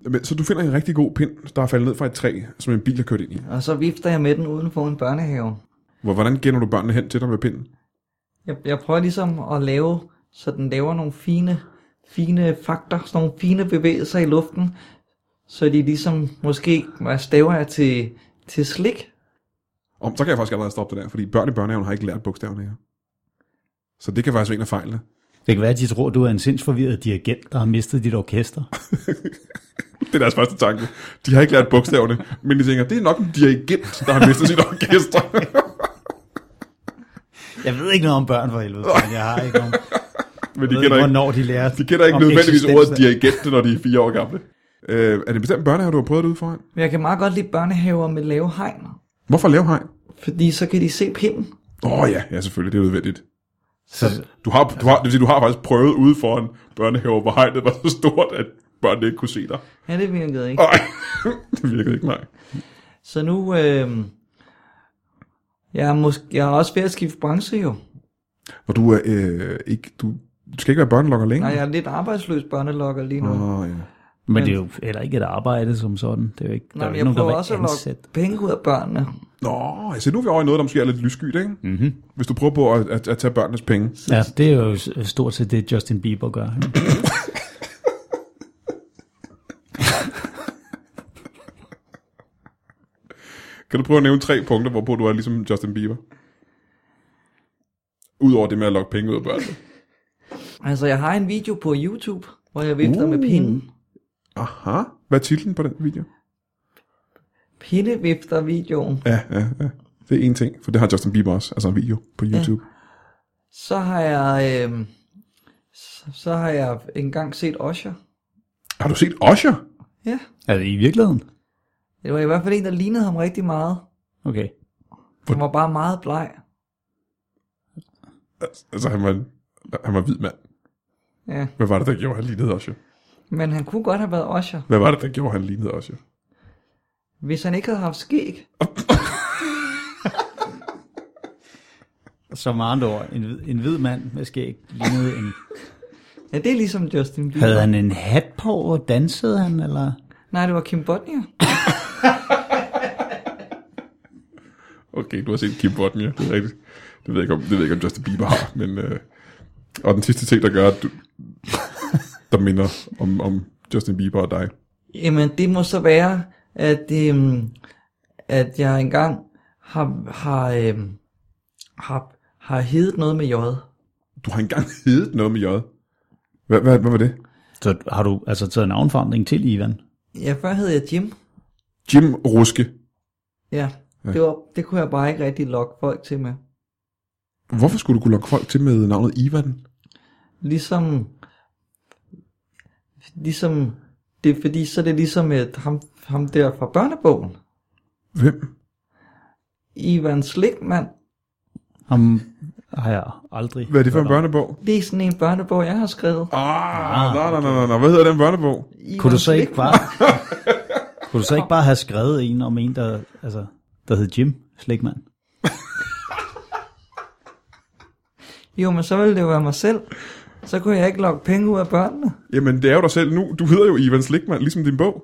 Men, så du finder en rigtig god pind, der er faldet ned fra et træ, som en bil har kørt ind i. Og så vifter jeg med den uden for en børnehave. Hvor- Hvordan gænder du børnene hen til dig med pinden? Jeg, jeg prøver ligesom at lave, så den laver nogle fine, fine fakter, sådan nogle fine bevægelser i luften, så de ligesom måske, når jeg staver jeg til, til slik, Om, så kan jeg faktisk allerede stoppe det der, fordi børn i børnehaven har ikke lært bogstaverne her. Så det kan faktisk være en af fejlene. Det kan være, at de tror, du er en sindsforvirret dirigent, der har mistet dit orkester. Det er deres første tanke. De har ikke lært bogstaverne, men de tænker, det er nok en dirigent, der har mistet sit orkester. Jeg ved ikke noget om børn for helvede. men Jeg har ikke nogen. men de Jeg ved kender ikke, ikke, hvornår de lærer de kender ikke om nødvendigvis eksistensen ordet af- dirigent, når de er fire år gamle. Øh, er det en bestemt børnehave, du har prøvet det ud foran? Men jeg kan meget godt lide børnehaver med lave hegn, Hvorfor lave hegn? fordi så kan de se pinden. Åh oh, ja, ja, selvfølgelig, det er nødvendigt. Altså, Så, Du har, du, har, det vil sige, du har faktisk prøvet ude foran børnehaver, hvor hegnet var så stort, at børnene ikke kunne se dig. Ja, det virkede ikke. Nej, det virkede ikke, nej. Så nu, øh, jeg, er måske, jeg er også ved at skifte branche jo. Og du er øh, ikke, du, du skal ikke være børnelokker længere. Nej, jeg er lidt arbejdsløs børnelokker lige nu. Åh, ja. men det er jo heller ikke et arbejde som sådan. Det er jo ikke, der Nej, er jo men ikke jeg nogen, der prøver vil også at ansætte. lokke penge ud af børnene. Nå, altså nu er vi over i noget, der måske er lidt lysskyt, ikke? Mm-hmm. Hvis du prøver på at, at, at tage børnenes penge. Ja, det er jo s- stort set det, Justin Bieber gør. Kan du prøve at nævne tre punkter, hvorpå du er ligesom Justin Bieber? Udover det med at lokke penge ud af børnene. Altså, jeg har en video på YouTube, hvor jeg vifter uh. med pinden. Aha. Hvad er titlen på den video? Pindevifter videoen. Ja, ja, ja. Det er en ting, for det har Justin Bieber også, altså en video på YouTube. Ja. Så har jeg, øh, så, så har jeg engang set Osher. Har du set Usher? Ja, altså i virkeligheden? det var i hvert fald en, der lignede ham rigtig meget. Okay. Han var bare meget bleg. Altså, han var, en- han var hvid mand. Ja, Hvad var det, der gjorde, han lignede Usher? men han kunne godt have været Osher, Hvad var det, der gjorde, han lignede Usher? hvis han ikke havde haft skæg. Så med andre ord, en, hvid- en hvid mand med skæg lignede en... Ja, det er ligesom Justin Bieber. Havde han en hat på, og dansede han, eller... Nej, det var Kim Bodnia. Okay, du har set Kim Bodnia, det er rigtigt. Det ved jeg ikke, om, det ved jeg ikke, om Justin Bieber har, men... Øh, og den sidste ting, der gør, at du, der minder om, om Justin Bieber og dig. Jamen, det må så være, at, øhm, at jeg engang har, har, øhm, har, har heddet noget med jøjet. Du har engang heddet noget med J. Hvad, hvad, hvad var det? Så har du altså taget navnforandring til, Ivan? Ja, før hed jeg Jim. Jim Ruske. Ja, det, var, det kunne jeg bare ikke rigtig lokke folk til med. Hvorfor skulle du kunne lokke folk til med navnet Ivan? Ligesom, ligesom, det er fordi, så er det ligesom et, ham, ham der fra børnebogen. Hvem? Ivan Slikman. Ham har jeg aldrig... Hvad er det for hørt en om. børnebog? Det er sådan en børnebog, jeg har skrevet. Ah, nej, nej, nej, nej. Hvad hedder den børnebog? Ivan Kunne du så ikke Slikman. bare... kunne du så ikke bare have skrevet en om en, der, altså, der hed Jim Slikman? Jo, men så ville det jo være mig selv. Så kunne jeg ikke lokke penge ud af børnene. Jamen, det er jo dig selv nu. Du hedder jo Ivan Slikman, ligesom din bog.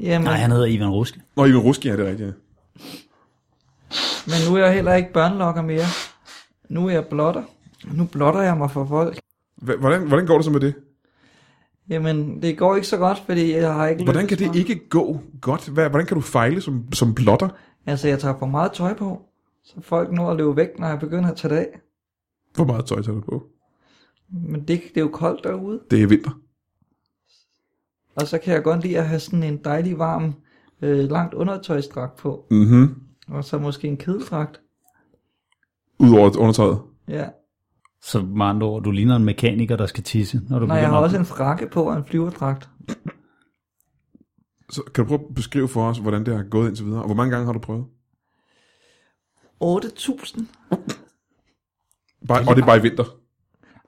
Jamen, Nej, han hedder Ivan Ruske. Nå, Ivan Ruske, ja, det er rigtigt. ja. Men nu er jeg heller ikke børnelokker mere. Nu er jeg blotter. Nu blotter jeg mig for folk. Hva- Hvordan, hvordan går det så med det? Jamen, det går ikke så godt, fordi jeg har ikke Hvordan lykkes kan det mig. ikke gå godt? Hvad, hvordan kan du fejle som, som blotter? Altså, jeg tager for meget tøj på, så folk når at løbe væk, når jeg begynder at tage det af. Hvor meget tøj tager du på? Men det, det er jo koldt derude. Det er vinter. Og så kan jeg godt lide at have sådan en dejlig, varm, øh, langt undertøjsdragt på. Mhm. Og så måske en kedeldragt. Udover undertøjet. Ja. Så med andre ord, du ligner en mekaniker, der skal tisse, når du Nej, jeg begynder har at- også en frakke på og en flyverdragt. Så kan du prøve at beskrive for os, hvordan det har gået indtil videre? Og hvor mange gange har du prøvet? 8.000. Bare, og det er bare i vinter.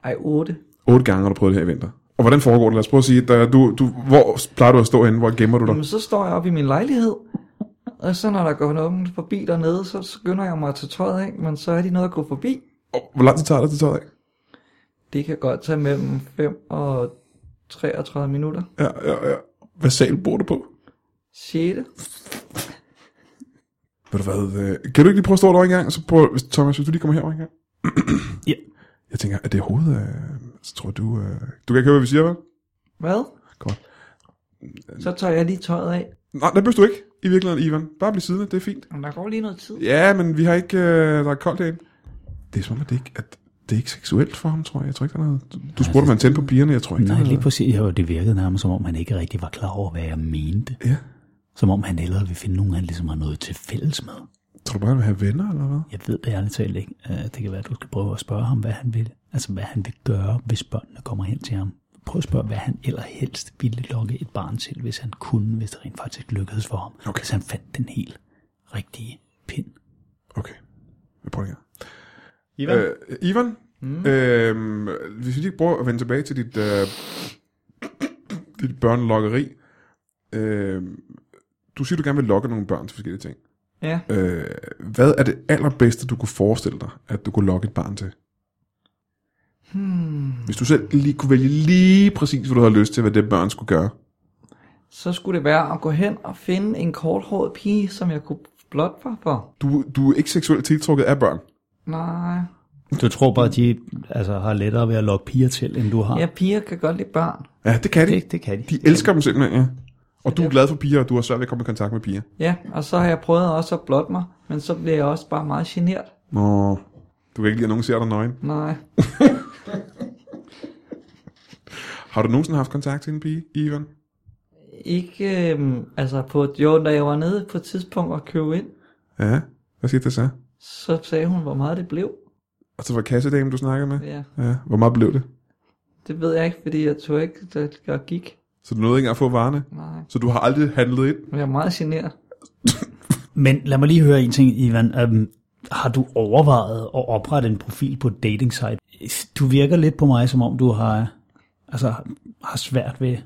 Ej, 8. Otte gange har du prøvet det her i vinter. Og hvordan foregår det? Lad os prøve at sige, der, du, du, hvor plejer du at stå henne? Hvor gemmer du dig? Jamen, så står jeg op i min lejlighed, Og så når der går nogen forbi dernede, så skynder jeg mig at tage tøjet af, men så er de noget at gå forbi. Og hvor lang tid tager det, det tager af? Det kan godt tage mellem 5 og 33 minutter. Ja, ja, ja. Hvad sal bor du på? 6. Ved du hvad, øh, kan du ikke lige prøve at stå derovre en gang, så prøv, hvis, Thomas, hvis du lige kommer herover en gang. Ja. Jeg tænker, at det er hovedet, øh, så tror jeg, du, øh, du kan ikke høre, hvad vi siger, vel? Hvad? Godt. Så tager jeg lige tøjet af. Nej, det behøver du ikke, i virkeligheden, Ivan. Bare bliv siddende, det er fint. Men der går lige noget tid. Ja, men vi har ikke, øh, der er koldt herinde. Det er som om, at det ikke, at det er ikke seksuelt for ham, tror jeg. Jeg tror ikke, der er noget. Du, du spurgte, om han tændte på pigerne, jeg tror ikke, Nej, der er lige præcis. Jo, det virkede nærmest, som om han ikke rigtig var klar over, hvad jeg mente. Ja. Som om han hellere vil finde nogen, han ligesom har noget til fælles med. Tror du bare, han vil have venner, eller hvad? Jeg ved det ærligt talt ikke. Øh, Det kan være, at du skal prøve at spørge ham, hvad han vil. Altså, hvad han vil gøre, hvis børnene kommer hen til ham. Prøv at spørge, hvad han eller helst ville lokke et barn til, hvis han kunne, hvis det rent faktisk lykkedes for ham. Okay. Hvis han fandt den helt rigtige pind. Okay, jeg prøver igen. Ivan? Øh, Ivan, mm. øh, hvis vi lige prøver at vende tilbage til dit, øh, dit børnelokkeri. Øh, du siger, du gerne vil lokke nogle børn til forskellige ting. Ja. Øh, hvad er det allerbedste, du kunne forestille dig, at du kunne lokke et barn til? Hmm. Hvis du selv lige kunne vælge lige præcis, hvad du havde lyst til, hvad det børn skulle gøre. Så skulle det være at gå hen og finde en korthåret pige, som jeg kunne blot for for. Du, du er ikke seksuelt tiltrukket af børn. Nej. Du tror bare, at de altså, har lettere ved at lokke piger til, end du har? Ja, piger kan godt lide børn. Ja, det kan de. Det, det kan de. De elsker dem simpelthen, ja. Og du er glad for piger, og du har svært ved at komme i kontakt med piger. Ja, og så har jeg prøvet også at blotte mig, men så bliver jeg også bare meget genert. Nå, du kan ikke lide, at nogen ser dig nøgen. Nej. Har du nogensinde haft kontakt til en pige, Ivan? Ikke, øhm, altså på, jo, da jeg var nede på et tidspunkt og købe ind, Ja, hvad siger det så? så sagde hun, hvor meget det blev. Og så var kassedamen, du snakkede med? Ja, Ja, hvor meget blev det? det ved jeg ikke, fordi jeg tog ikke, da jeg gik. Så du nåede ikke engang at få varerne? Nej, Så du har aldrig handlet ind? men jeg er meget generet. Men lad mig lige høre en ting, Ivan. Øhm, har du overvejet at oprette en profil på et dating site? Du virker lidt på mig, som om du har, altså, har svært ved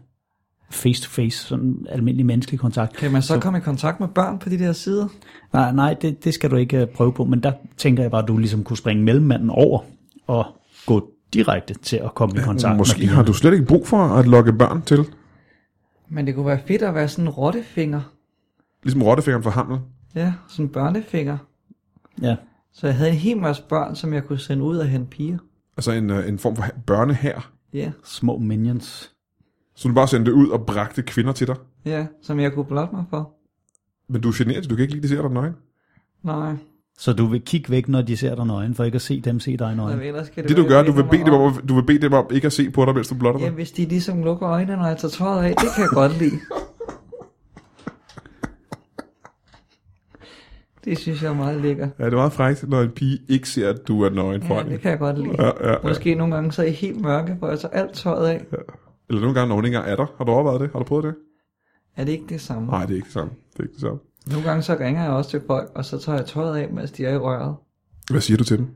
face-to-face, sådan almindelig menneskelig kontakt. Kan man så, så komme i kontakt med børn på de der sider? Nej, nej det, det skal du ikke øh, prøve på, men der tænker jeg bare, at du ligesom kunne springe mellemmanden over og gå direkte til at komme i kontakt med Måske pigerne. har du slet ikke brug for at lokke børn til. Men det kunne være fedt at være sådan en rottefinger. Ligesom rottefingeren for Hamlet. Ja, sådan en børnefinger. Ja. Så jeg havde en hel masse børn, som jeg kunne sende ud og hente piger. Altså en, øh, en form for børnehær. Ja, Små minions. Så du bare sendte det ud og bragte kvinder til dig. ja, som jeg kunne blotte mig for. Men du er generet, du kan ikke lide, at de ser dig nøgen. Nej, Så du vil kigge væk, når de ser dig nøgen, for ikke at se dem se dig nøgen. men ellers kan det Det du være, gør, jeg du vil, vender bede mig dem om, at- du vil bede dem om ikke at se på dig, mens du blotter Ja, dig. hvis de ligesom lukker øjnene, når jeg tager tøjet af, det kan jeg godt lide. Det synes jeg er meget lækkert. Ja, det er meget frækt, når en pige ikke ser, at du er nøgen Ja, foran det hende. kan jeg godt lide. Ja, ja, ja. Måske nogle gange så er jeg helt mørke, hvor jeg tager alt tøjet af. Eller nogle gange, når hun ikke engang er der. Har du overvejet det? Har du prøvet det? Er det ikke det samme? Nej, det er ikke det samme. Det er ikke det samme. Nogle gange så ringer jeg også til folk, og så tager jeg tøjet af, mens de er i røret. Hvad siger du til dem?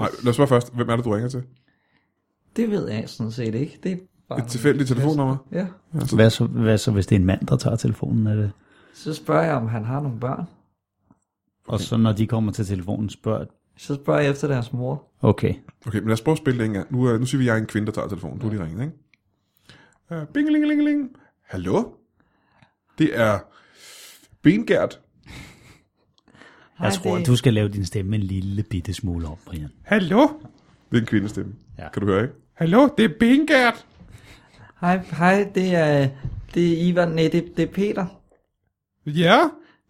Nej, lad os spørge først. Hvem er det, du ringer til? Det ved jeg sådan set ikke. Det er bare Et tilfældigt telefonnummer? Ja. Altså, Hvad så, hvad så, hvis det er en mand, der tager telefonen? Er det? Så spørger jeg, om han har nogle børn. Og så når de kommer til telefonen, spørger Så spørger jeg efter deres mor. Okay. okay, men lad os prøve at spille det en gang. Nu, øh, nu siger vi, at jeg er en kvinde, der tager telefonen. Du har lige ringet, ikke? Uh, Bingelingelingeling. Hallo? Det er Bengert. Hej, Jeg tror, det- at du skal lave din stemme en lille bitte smule om, Brian. Hallo? Det er en kvindestemme. Ja. Kan du høre, ikke? Hallo, det er Bengert. Hej, hej, det er, det er Ivan. Nej, det, det er Peter. Ja?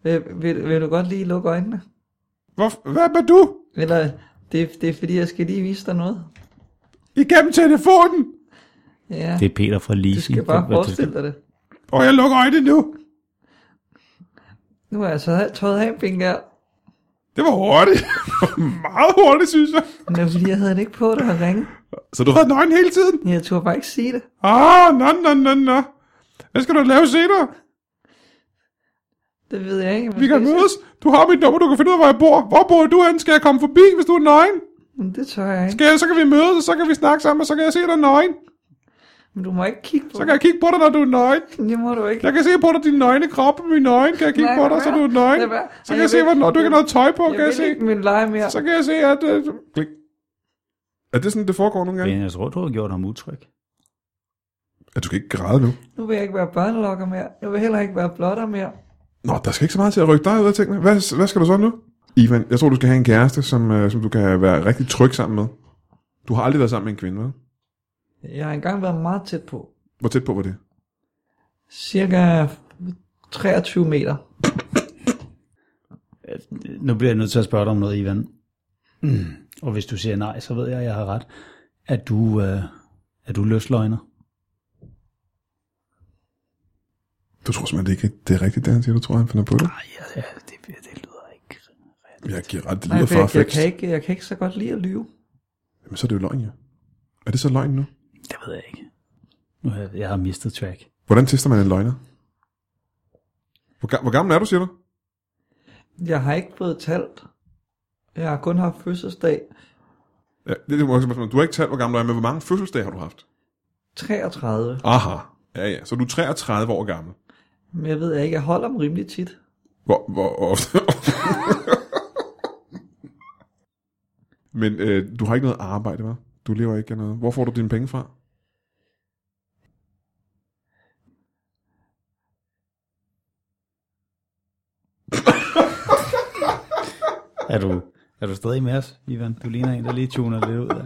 Vil, vil, vil du godt lige lukke øjnene? Hvor, hvad er du? Eller, det, det er fordi, jeg skal lige vise dig noget. Igennem telefonen. Ja, Det er Peter fra du Lisi. skal bare forestille dig det. Og jeg lukker øjnene nu. Nu er jeg så alt tøjet af, Binker. Det var hurtigt. Meget hurtigt, synes jeg. Men det var fordi, jeg havde det ikke på, da jeg ringe. Så du har været nøgen hele tiden? Jeg turde bare ikke sige det. Ah, nå, nå, nå, nå. Hvad skal du lave senere? Det ved jeg ikke. Vi kan Måske- mødes. Du har mit nummer, du kan finde ud af, hvor jeg bor. Hvor bor du hen? Skal jeg komme forbi, hvis du er nøgen? Men det tør jeg ikke. Skal jeg, så kan vi mødes, og så kan vi snakke sammen, og så kan jeg se dig nøgen. Men du må ikke kigge på Så kan jeg kigge på dig, når du er nøgen. mig. Det må du ikke. Jeg kan se på dig, din nøgne krop er min nøgen. Kan jeg kigge Nej, på lad dig, så være. du er nøgen? Lad være. Så kan Ej, jeg jeg se, vil- hvor når du ikke har noget tøj på, jeg kan jeg vil se. ikke min leje mere. Så kan jeg se, at... øh, Klik. Er det sådan, det foregår nogle gange? Ben, jeg tror, du har gjort ham utryg. At du skal ikke græde nu. Nu vil jeg ikke være børnelokker mere. Jeg vil heller ikke være blotter mere. Nå, der skal ikke så meget til at rykke dig ud af tingene. Hvad, hvad skal du så nu? Ivan, jeg tror, du skal have en kæreste, som, øh, som du kan være rigtig tryg sammen med. Du har aldrig været sammen med en kvinde, vel? Jeg har engang været meget tæt på. Hvor tæt på var det? Cirka 23 meter. Nu bliver jeg nødt til at spørge dig om noget, Ivan. Mm. Og hvis du siger nej, så ved jeg, at jeg har ret. Er du, øh, er du løsløgner? Du tror simpelthen det ikke, det er rigtigt, det han siger. Du tror, han finder på det. Nej, ja, ja, det, det lyder ikke. Jeg giver ret, det Nej, lyder for jeg, jeg, farfetched. kan ikke, jeg kan ikke så godt lide at lyve. Jamen, så er det jo løgn, ja. Er det så løgn nu? Det ved jeg ikke. Nu har jeg, jeg har mistet track. Hvordan tester man en løgner? Hvor, ga- hvor gammel er du, siger du? Jeg har ikke fået talt. Jeg har kun haft fødselsdag Ja, det, det må jeg spørge. Du har ikke talt, hvor gammel du er, men hvor mange fødselsdage har du haft? 33. Aha. Ja, ja. Så du er 33 år gammel. Men jeg ved ikke, jeg holder dem rimelig tit. Hvor, hvor ofte? Men øh, du har ikke noget arbejde, hva'? Du lever ikke af noget. Hvor får du dine penge fra? Er du, er du stadig med os, Ivan? Du ligner en, der lige tuner lidt ud af.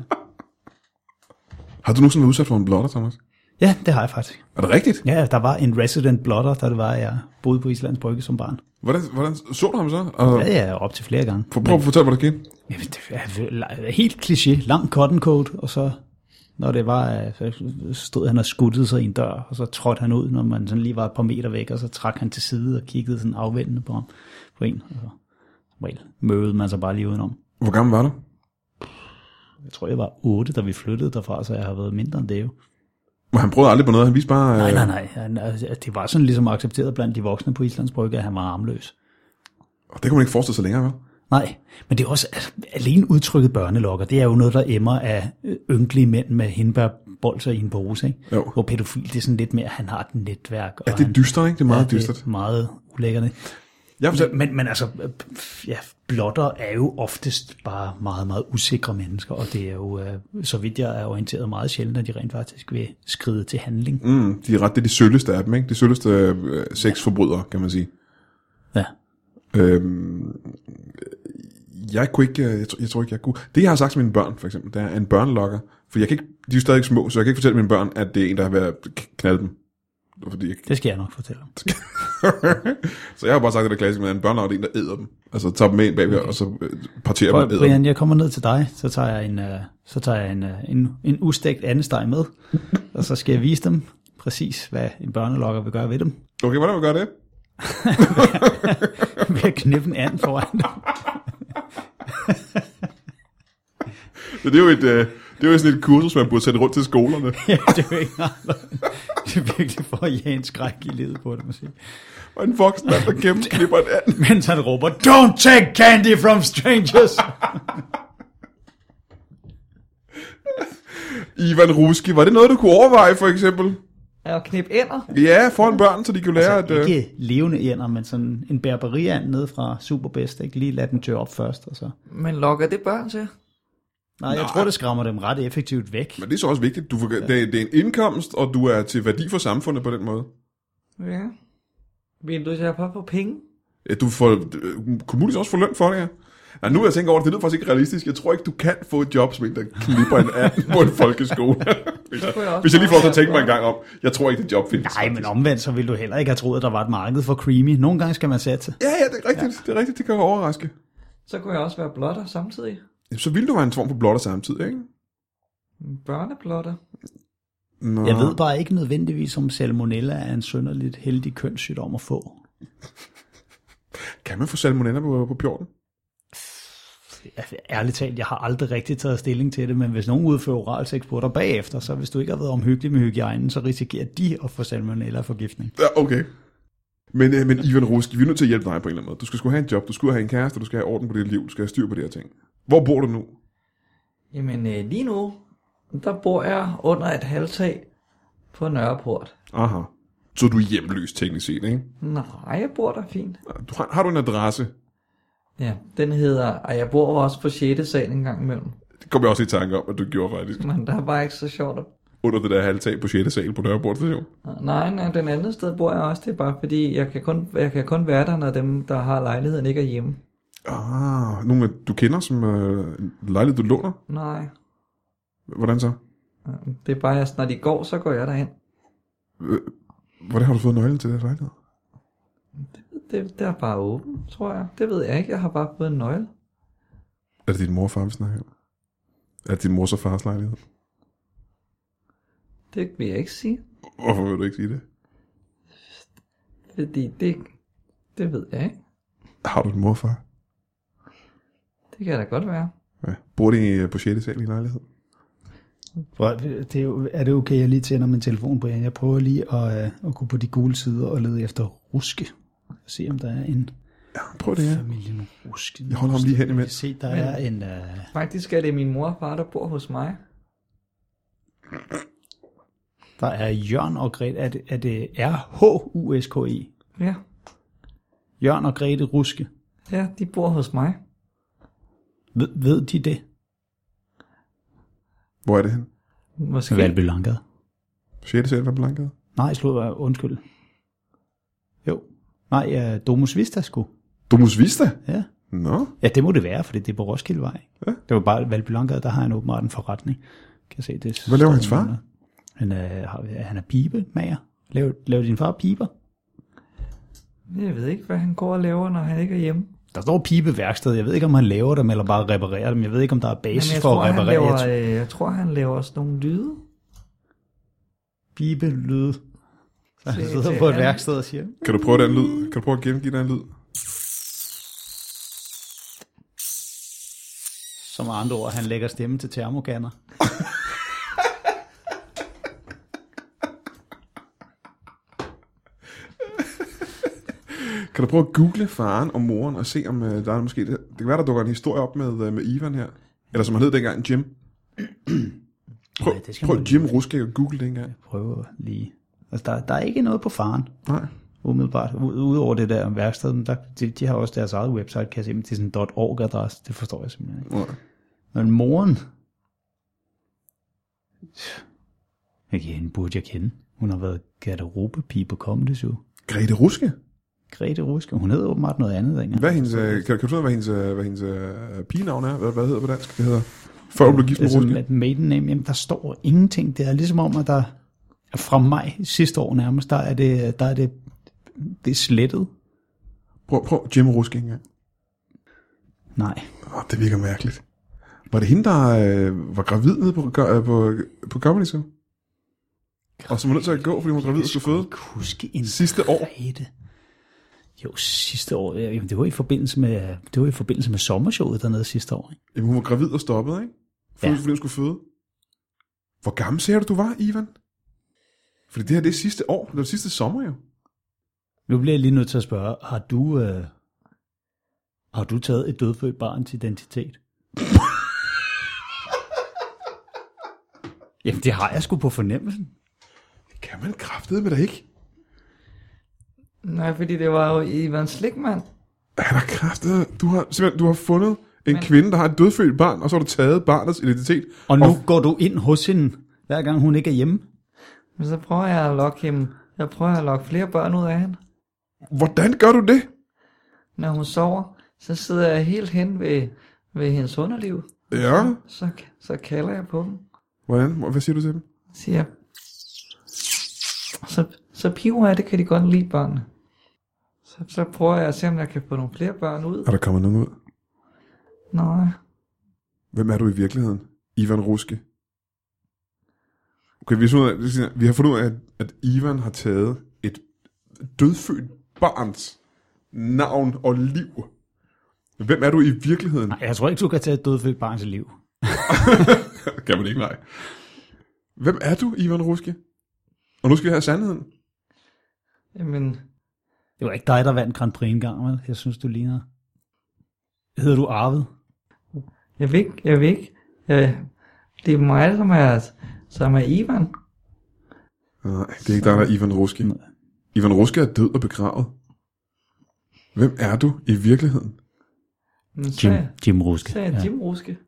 Har du nogensinde været udsat for en blotter, Thomas? Ja, det har jeg faktisk. Er det rigtigt? Ja, ja, der var en resident blotter, da det var, at jeg boede på Islands Brygge som barn. Hvordan, hvordan så du ham så? Og, Ja, ja, op til flere gange. for, prøv at fortælle, hvad der skete. Jamen, det er la- helt kliché. Lang cotton coat, og så når det var, øh, så stod han og skuttede sig i en dør, og så trådte han ud, når man sådan lige var et par meter væk, og så trak han til side og kiggede sådan afvendende på, ham, på en. Og så som regel møvede man sig bare lige udenom. Hvor gammel var du? Jeg tror, jeg var 8, da vi flyttede derfra, så jeg har været mindre end det jo. Men han prøvede aldrig på noget. Han viste bare... Nej, nej, nej. Han, altså, det var sådan ligesom accepteret blandt de voksne på Islands Brygge, at han var armløs. Øh, det kunne man ikke forestille sig længere, vel? Nej, men det er også altså, alene udtrykket børnelokker. Det er jo noget, der emmer af øh, ynkelige mænd med hindbærbolser i en pose. Ikke? Jo. Hvor pædofil, det er sådan lidt mere, han har et netværk. Og Ja, det er han, dystert, ikke? Det er meget ja, det er dystert. meget ulækkerne. Jeg fortalte, Men, men, men altså, øh, pf, ja, blotter er jo oftest bare meget, meget usikre mennesker, og det er jo, øh, så vidt jeg er orienteret, meget sjældent, at de rent faktisk vil skride til handling. mm, de er ret, det er de sølleste af dem, ikke? De sølleste øh, sexforbrydere, kan man sige. Ja. Øhm, jeg kunne ikke, øh, jeg, tror- jeg tror ikke, jeg kunne. Det, jeg har sagt til mine børn, for eksempel, det er en børnelokker. For jeg kan ikke, de er jo stadig små, så jeg kan ikke fortælle mine børn, at det er en, der har været k- knaldet dem. Fordi jeg, Det skal jeg nok fortælle om. så jeg har bare sagt, at det er klassisk, at en børnelokker det er en, der æder dem. Altså tager dem med ind bagved, okay. og så øh, parterer dem og æder dem. Brian, jeg kommer ned til dig, så tager jeg en, øh, så tager jeg en, øh, en, en ustegt andesteg med, og så skal jeg vise dem præcis, hvad en børnelokker vil gøre ved dem. Okay, hvordan vil man gøre det? Ved at knippe en and foran dem. Så det er jo et, øh, det er jo sådan et kursus, man burde sætte rundt til skolerne. Ja, det er jo ikke anderledes. Det er virkelig for at jage en skræk i livet på dem. og sige. Og en voksen mand, der gennemklipper en anden. Mens han råber, don't take candy from strangers. Ivan Ruski, var det noget, du kunne overveje, for eksempel? Og knip ænder. Ja, foran børn, så de kunne lære, at... øh, ikke levende ender, men sådan en berberian nede fra Superbest. Ikke? Lige lad den tørre op først. Og så. Men lokker det børn til? Nej, jeg tror, det skræmmer dem ret effektivt væk. Men det er så også vigtigt. Du, får- det, det er en indkomst, og du er til værdi for samfundet på den måde. Ja. Vil du tage på på penge? Ja, Du får, øh, kunne muligvis også få løn for det, ja. Nej, nu vil jeg tænker over det, det lyder faktisk ikke realistisk. Jeg tror ikke, du kan få et job som en, der klipper en anden på en folkeskole. hvis, jeg, kunne jeg også hvis jeg lige får lov til at meget tænke mig en gerne gang om, jeg tror ikke, det job findes. Nej, men omvendt, så ville du heller ikke have troet, at der var et marked for creamy. Nogle gange skal man satse. Ja, ja, det er rigtigt. Ja. Det er rigtigt, det kan være overraske. Så kunne jeg også være blotter samtidig. Jamen, Så ville du være en form for blotter samtidig, ikke? Børneblotter. Nå. Jeg ved bare ikke nødvendigvis, om salmonella er en synderligt heldig kønssygdom at få. Kan man få salmonella på, på pjorten? Altså, Ærligt talt, jeg har aldrig rigtig taget stilling til det, men hvis nogen udfører oralsex på dig bagefter, så hvis du ikke har været omhyggelig med hygiejnen, så risikerer de at få salmonella-forgiftning. Ja, okay. Men, øh, men Ivan Rusk, vi er nødt til at hjælpe dig på en eller anden måde. Du skal sgu have en job, du skal have en kæreste, du skal have orden på dit liv, du skal have styr på de her ting. Hvor bor du nu? Jamen øh, lige nu, der bor jeg under et halvtag på Nørreport. Aha. Så du er hjemløs teknisk set, ikke? Nej, jeg bor der fint. Du har, har du en adresse? Ja, den hedder, og jeg bor også på 6. sal en gang imellem. Det kom jeg også i tanke om, at du gjorde faktisk. Men der er bare ikke så sjovt at Under det der halvtag på 6. sal på Nørreport station. Nej, nej, den anden sted bor jeg også. Det er bare fordi, jeg kan kun, jeg kan kun være der, når dem, der har lejligheden, ikke er hjemme. Ah, nogle af- du kender som øh, en lejlighed, du låner? Nej, Hvordan så? det er bare, at når de går, så går jeg derhen. Øh, Hvordan har du fået nøglen til deres lejlighed? Det, det er bare åben, tror jeg. Det ved jeg ikke. Jeg har bare fået en nøgle. Er det din mor og far, vi snakker om? Er det din mors og fars lejlighed? Det vil jeg ikke sige, Hvorfor vil du ikke sige det? fordi det, det ved jeg ikke. Har du en mor og far? Det kan da godt være. Ja. Bor de øh, på 6. sal i en lejlighed? Prøv, det er, jo, er det okay, jeg lige tænder min telefon, Brian? Jeg prøver lige at, øh, at gå på de gule sider og lede efter ruske. Se om der er en Prøv det her. familien ruske. Jeg holder ham lige hen Jeg kan imens. se, der er en... Uh... Faktisk er det min mor og far, der bor hos mig. Der er Jørn og Grete. Er det, er det R-H-U-S-K-E? Ja, E? Jørn og Grete Ruske. ja de bor hos mig. Ved, ved de det? Hvor er det hen? Måske. Valby Langade. 6. sal, hvad blankede? Nej, slå jeg. Undskyld. Jo. Nej, uh, Domus Vista sgu. Domus Vista? Ja. Nå, ja, det må det være, for det er på Roskildevej. Ja. Det var bare Valby Langade, der har han åbenbart en forretning. Kan jeg se det. Hvad laver hans står far? under. Han er, har- han er pibemager. Laver, laver din far piber? Jeg ved ikke, hvad han går og laver, når han ikke er hjemme. Der står pibeværksted. Jeg ved ikke, om han laver dem, eller bare reparerer dem. Jeg ved ikke, om der er Men basis jeg, for tror, at han reparere. laver, Jeg tror- øh, jeg tror, han laver sådan nogle lyde. bibelyd. Så han Se, sidder se, på et ja. værksted og siger, kan du prøve den lyd? Kan du prøve at gengive den lyd? som med andre ord, han lægger stemme til termokanner. Kan du prøve at google faren og moren og se, om øh, der er måske... Det kan være, der dukker en historie op med, øh, med Ivan her. Eller som han hed dengang, Jim. Prøv, Ja, det skal prøv man- Jim Ruske og google det engang. Prøver lige. Altså, der, der er ikke noget på faren, Nej. umiddelbart. U- Udover det der værksted, men der, de, de, har også deres eget website, kan jeg se, men det er sådan en .org-adresse. Det forstår jeg simpelthen ikke. Nej. Men moren... Jeg kan hende, burde jeg kende. Hun har været garderobepige på Comedy Zoo. Grete Ruske? Grete Ruske, hun hed åbenbart noget andet dengang. Hvad er hendes, øh, kan, kan du sige, hvad hendes, øh, hvad hendes øh, pigenavn er? Hvad, hvad hedder det på dansk? Det hedder... Før hun blev gift Det er med sådan, Ruske. at maiden name, jamen der står ingenting. Det er ligesom om, at der fra maj sidste år nærmest, der er det, der er det, det er slettet. Prøv, prøv Jim Ruske engang. Nej, Oh, det virker mærkeligt. Var det hende, der øh, var gravid nede på, øh, på, på Comedy Zoo? Og som var nødt til at gå, fordi hun var gravid og skulle føde? jeg kan huske en Sidste år? Grete. Jo, sidste år. ja, Jamen, det var i forbindelse med, det var i forbindelse med sommershowet dernede sidste år. Ikke? Jamen, hun var gravid og stoppede, ikke? Fordi, Ja. ja. fordi hun skulle føde. Hvor gammel sagde du, du var, Ivan? Fordi det her, det er sidste år. Det var sidste sommer, jo. Nu bliver jeg lige nødt til at spørge, har du, øh, har du taget et dødfødt barns identitet? Jamen, det har jeg sgu på fornemmelsen. Det kan man kraftede med dig ikke. Nej, fordi det var jo Ivan Slikman. Han har kraftet. Du har simpelthen du har fundet en Men... kvinde, der har et dødfødt barn, og så har du taget barnets identitet. Og nu går du ind hos hende, hver gang hun ikke er hjemme. Men så prøver jeg at lokke hende. Jeg prøver at lokke flere børn ud af hende. Hvordan gør du det? Når hun sover, så sidder jeg helt hen ved, ved hendes underliv. Ja. Så, så kalder jeg på dem. Hvordan? Hvad siger du til dem? Siger jeg, så, så piver jeg, det kan de godt lide børnene. Så, så prøver jeg at se, om jeg kan få nogle flere børn ud. Er der kommet nogen ud? Nej, Hvem er du i virkeligheden? Ivan Ruske. Okay, vi, har fundet ud af- det vil sige, vi har fundet ud af, at, at Ivan har taget et dødfødt barns navn og liv. Hvem er du i virkeligheden? Nej, jeg tror ikke, du kan tage et dødfødt barns liv. Kan man ikke, nej. Hvem er du, Ivan Ruske? Og nu skal vi have sandheden. men Det var ikke dig, der vandt Grand Prix engang, vel? Jeg synes, du ligner... Hedder du Arved? jeg vil ikke, jeg vil ikke. Jeg, det er mig, som er, som er Ivan. Nej, det er ikke dig, der er Ivan Ruski. Ivan Ruski er død og begravet. Hvem er du i virkeligheden? Men så Jim, er- Jim Ruske. så er jeg Jim Ruske.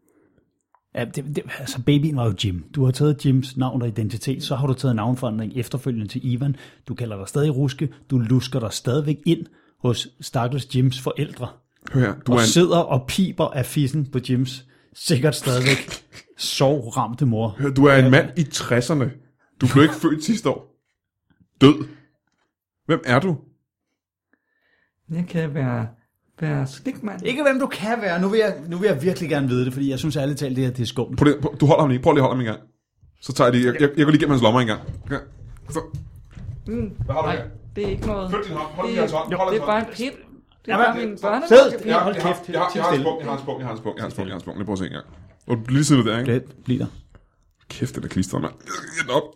Ja, det, det, altså babyen var jo Jim. Du har taget Jims navn og identitet, så har du taget navnforandring efterfølgende til Ivan. Du kalder dig stadig Ruske. Du lusker dig stadigvæk ind hos Stakkels Jims forældre. Hør her, du Og er en, sidder og piber af fissen på Jims sikkert stadigvæk sovramte mor. hør, du er en mand i 60'erne. Du blev ikke født sidste år. Død. Hvem er du? Jeg kan være, være slikmand. Ikke hvem du kan være. Nu vil, jeg, nu vil jeg virkelig gerne vide det, fordi jeg synes ærligt talt, det her det er skummelt. Prøv lige, prøv, du holder ham lige. Prøv lige at holde ham en gang. Så tager jeg lige. Jeg, jeg, jeg går lige gennem hans lommer en gang. Okay. Så, Mm, hvad har du nej, her? det er ikke noget. Flyt din hånd. Hold Det lige hans hånd. Hold er, det er hans bare hånd. en pip. Det er bare min Sid! børnebørnepip. Jeg har- Hold jeg kæft, har- jeg har- ti jeg har hans stille. punkt, jeg har hans punkt, jeg har hans punkt, jeg har hans punkt, jeg har hans punkt. Lige prøv at se en gang. Og du lige sidder der, ikke? Lidt, bliv der. Kæft, den er klistret, mand. Get op.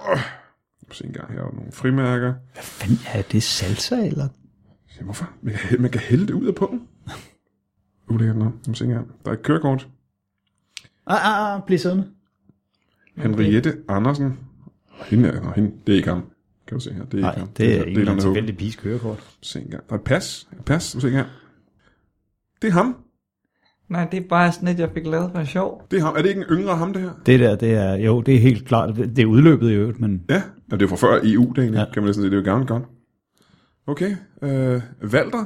Prøv at se en gang her. er der Nogle frimærker. Fanden, er det salsa, eller? Ja, hvorfor? Man kan, hælde- man kan hælde det ud af pungen. Ulækkert nok. Lad mig se engang. Der er et kørekort. Ah, ah, ah, bliv siddende. Henriette Andersen. Og hende er, og hende, det er ikke ham. Kan du se her? Det er ikke ham. et eller andet hug. piges kørekort. Se engang. Der er et pas. Et pas. Du se engang. Det er ham. Nej, det er bare sådan et, jeg fik lavet for sjov. Det er ham. Er det ikke en yngre ham, det her? Det der, det er, jo, det er helt klart, det er udløbet i øvrigt, men Ja. Og det er fra før EU, det egentlig. Ja. Ja. Kan man næsten sige. Det er jo gammelt godt. Okay. Øh, Valter.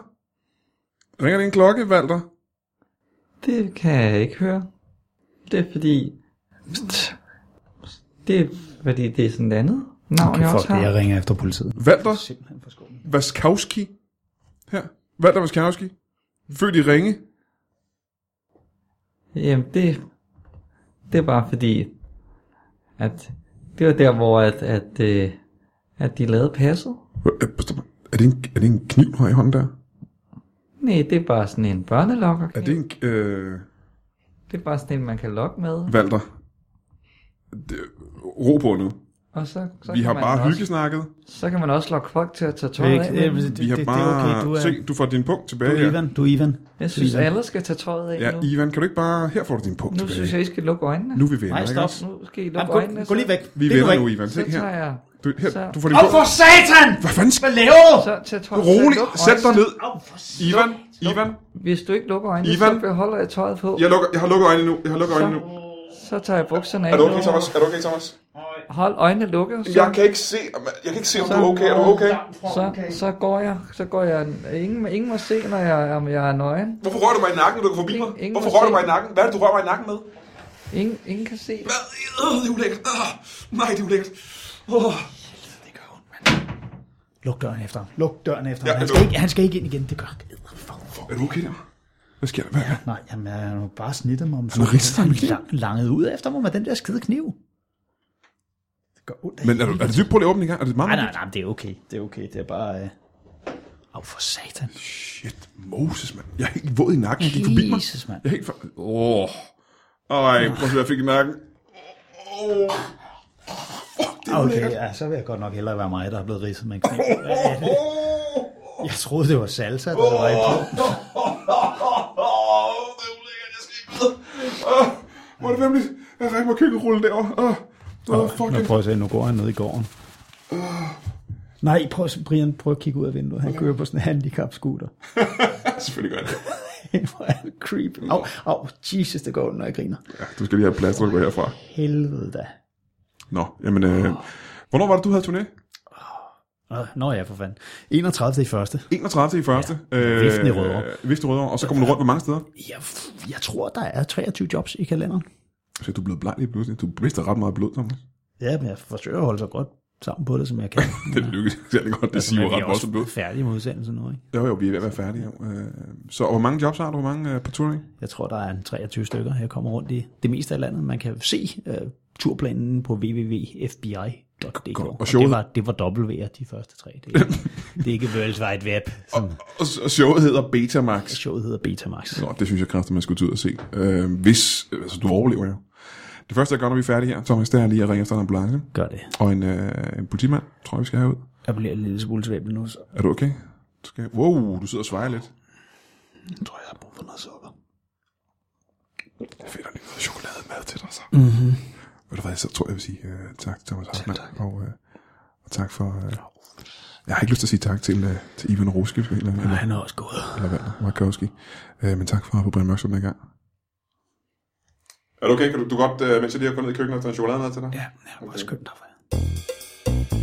Ringer det en klokke, Valter? Det kan jeg ikke høre. Det er fordi... Det er fordi, det er sådan et andet navn, okay, jeg også fuck det, jeg har. ringer efter politiet. Valter Simpelthen for skummelt. Vaskowski. Her. Valter Vaskowski. Født i Ringe. Jamen, det, det er bare fordi, at det var der, hvor at, at, øh, at de lavede passet. Hva- øh, stop. Er det, en, er det en kniv, du har i hånden der? Nej, det er bare sådan en børnelokker. Er det en... Øh, det er bare sådan en, man kan lokke med. Valter. Det, ro på nu. Og så, så Vi kan har man bare også, hyggesnakket. Så kan man også lokke folk til at tage tøjet af. Det, med. det, Vi har det, det bare... er okay, du er, Se, du får din punkt du tilbage. her. er Ivan. Du er Ivan. Jeg synes, Ivan. alle skal tage tøjet af Ja, nu. Ivan, kan du ikke bare... Her får du din punkt Nu tilbage. synes jeg, I skal lukke øjnene. Nu er vi venner, Nej, ikke stop. også? Nu skal I lukke Jamen, øjnene. gå, gå lige væk. Vi er Det må venner du nu, ikke. Ivan. Se Så her. tager jeg... Du, her, så- du får din Au, punkt. for satan! Hvad fanden skal... Hvad laver du? Så tager tøjet, Rolig. så luk Sæt dig øjnene. ned. for Ivan, Ivan. Hvis du ikke lukker øjnene, Ivan. så beholder jeg tøjet på. Jeg, lukker, jeg har lukket øjnene nu. Jeg har lukket øjnene nu. Så tager jeg bukserne af. Er du okay, Thomas? Er du okay, Thomas? Hold øjnene lukket. Så, Jeg kan ikke se, jeg kan ikke se, om du er okay. Er du okay? så, så går jeg. Så går jeg. Ingen, ingen må se, når jeg, om jeg er nøgen. Hvorfor rører du mig i nakken, når du går forbi mig? Ingen- ingen Hvorfor må rører se. du mig i nakken? Hvad er det, du rører mig i nakken med? Ingen, ingen kan se. Hvad? Øh, det er ulækkert. Ah, nej, det er ulækkert. Oh. Luk døren efter ham. Luk døren efter ham. Ja, Han luk. skal, ikke, han skal ikke ind igen. Det gør han. Er du okay der? Hvad sker der? Hvad er Nej, jamen, jeg har jo bare snittet mig om har ridset dig med kniv. lang, langet ud efter mig med den der skide kniv. Det gør ondt. af Men er, du, helvede. er det dybt på at åbne i gang? Er det meget? Nej, nej, nej, det er okay. Det er okay. Det er bare... Øh... Au, for satan. Shit, Moses, mand. Jeg er helt våd i nakken. Jeg gik forbi mig. Jesus, mand. Jeg er helt for... Åh. Ej, prøv at se, hvad jeg fik i nakken. Åh. Fuck, det er Okay, ulækkert. ja, så vil jeg godt nok hellere være mig, der er blevet ridset med en kniv. Hvad er det? Jeg troede, det var salsa, der var i på. Åh, det er ulækkert. Jeg skal ikke videre. Åh, Må det være mit... Jeg rækker mig køkkenrullen derovre. Åh, Åh, fuck. Nå, prøv at se, nu går han ned i gården. Nej, prøv, at se, Brian, prøv at kigge ud af vinduet. Han kører på sådan en handicap-scooter. Selvfølgelig gør jeg det. Hvor er det creepy. Au, au, Jesus, det går ondt, når jeg griner. Ja, du skal lige have plads, når du går herfra. Helvede da. Nå, jamen... Øh, hvornår var det, du havde turné? Nå, Nå ja, for fanden. 31. i første. 31. i første. Ja. Øh, Viften i Rødovre. Viften i Rødovre. Og så kommer du rundt på mange steder. Jeg, jeg tror, der er 23 jobs i kalenderen. Så du er blevet bleg lige pludselig. Du mister ret meget blod, Thomas. Ja, men jeg forsøger at holde så godt sammen på det, som jeg kan. Det lykkedes særlig godt. Det siger jo Men vi er ret voldsomt blod. færdige med udsendelsen nu, ikke? Jo, jo, vi er ved at være færdige. Jo. Øh, så hvor mange jobs har du? Hvor mange øh, på turné? Jeg tror, der er en 23 stykker. Jeg kommer rundt i det meste af landet. Man kan se uh, turplanen på www.fbi.dk. Godt. Og Og showet? det var, det var WR, de første tre. Det er, det er ikke World Wide Web, som Og, og showet hedder Betamax. showet hedder Betamax. Nå, det synes jeg kraftigt, man skulle tage ud og se. Øh, hvis, altså du overlever jo. Det første, jeg gør, når vi er færdige her, Thomas, det er lige at ringe efter en ambulance. Gør det. Og en, øh, en politimand, tror jeg, vi skal have ud. Jeg bliver en lille smule svimmel nu, så Er du okay? Du skal... Wow, du sidder og svejer lidt. jeg tror, jeg har brug for noget sukker. Jeg finder lige noget chokolademad til dig så. Mm-hmm. Ved du hvad, så tror jeg, jeg vil sige øh, tak til Thomas Hartmann. Tak, tak. Og, øh, og tak for... Øh, jeg har ikke lyst til at sige tak til, øh, til Ivan Roskib, eller, Nej, eller, han er også gået. eller Valder Markowski. Øh, men tak for at få Brian Mørk som den her gang. Er du okay? Kan du, du godt, øh, mens jeg lige har gået ned i køkkenet og taget chokolade med til dig? Ja, han var skønt derfor.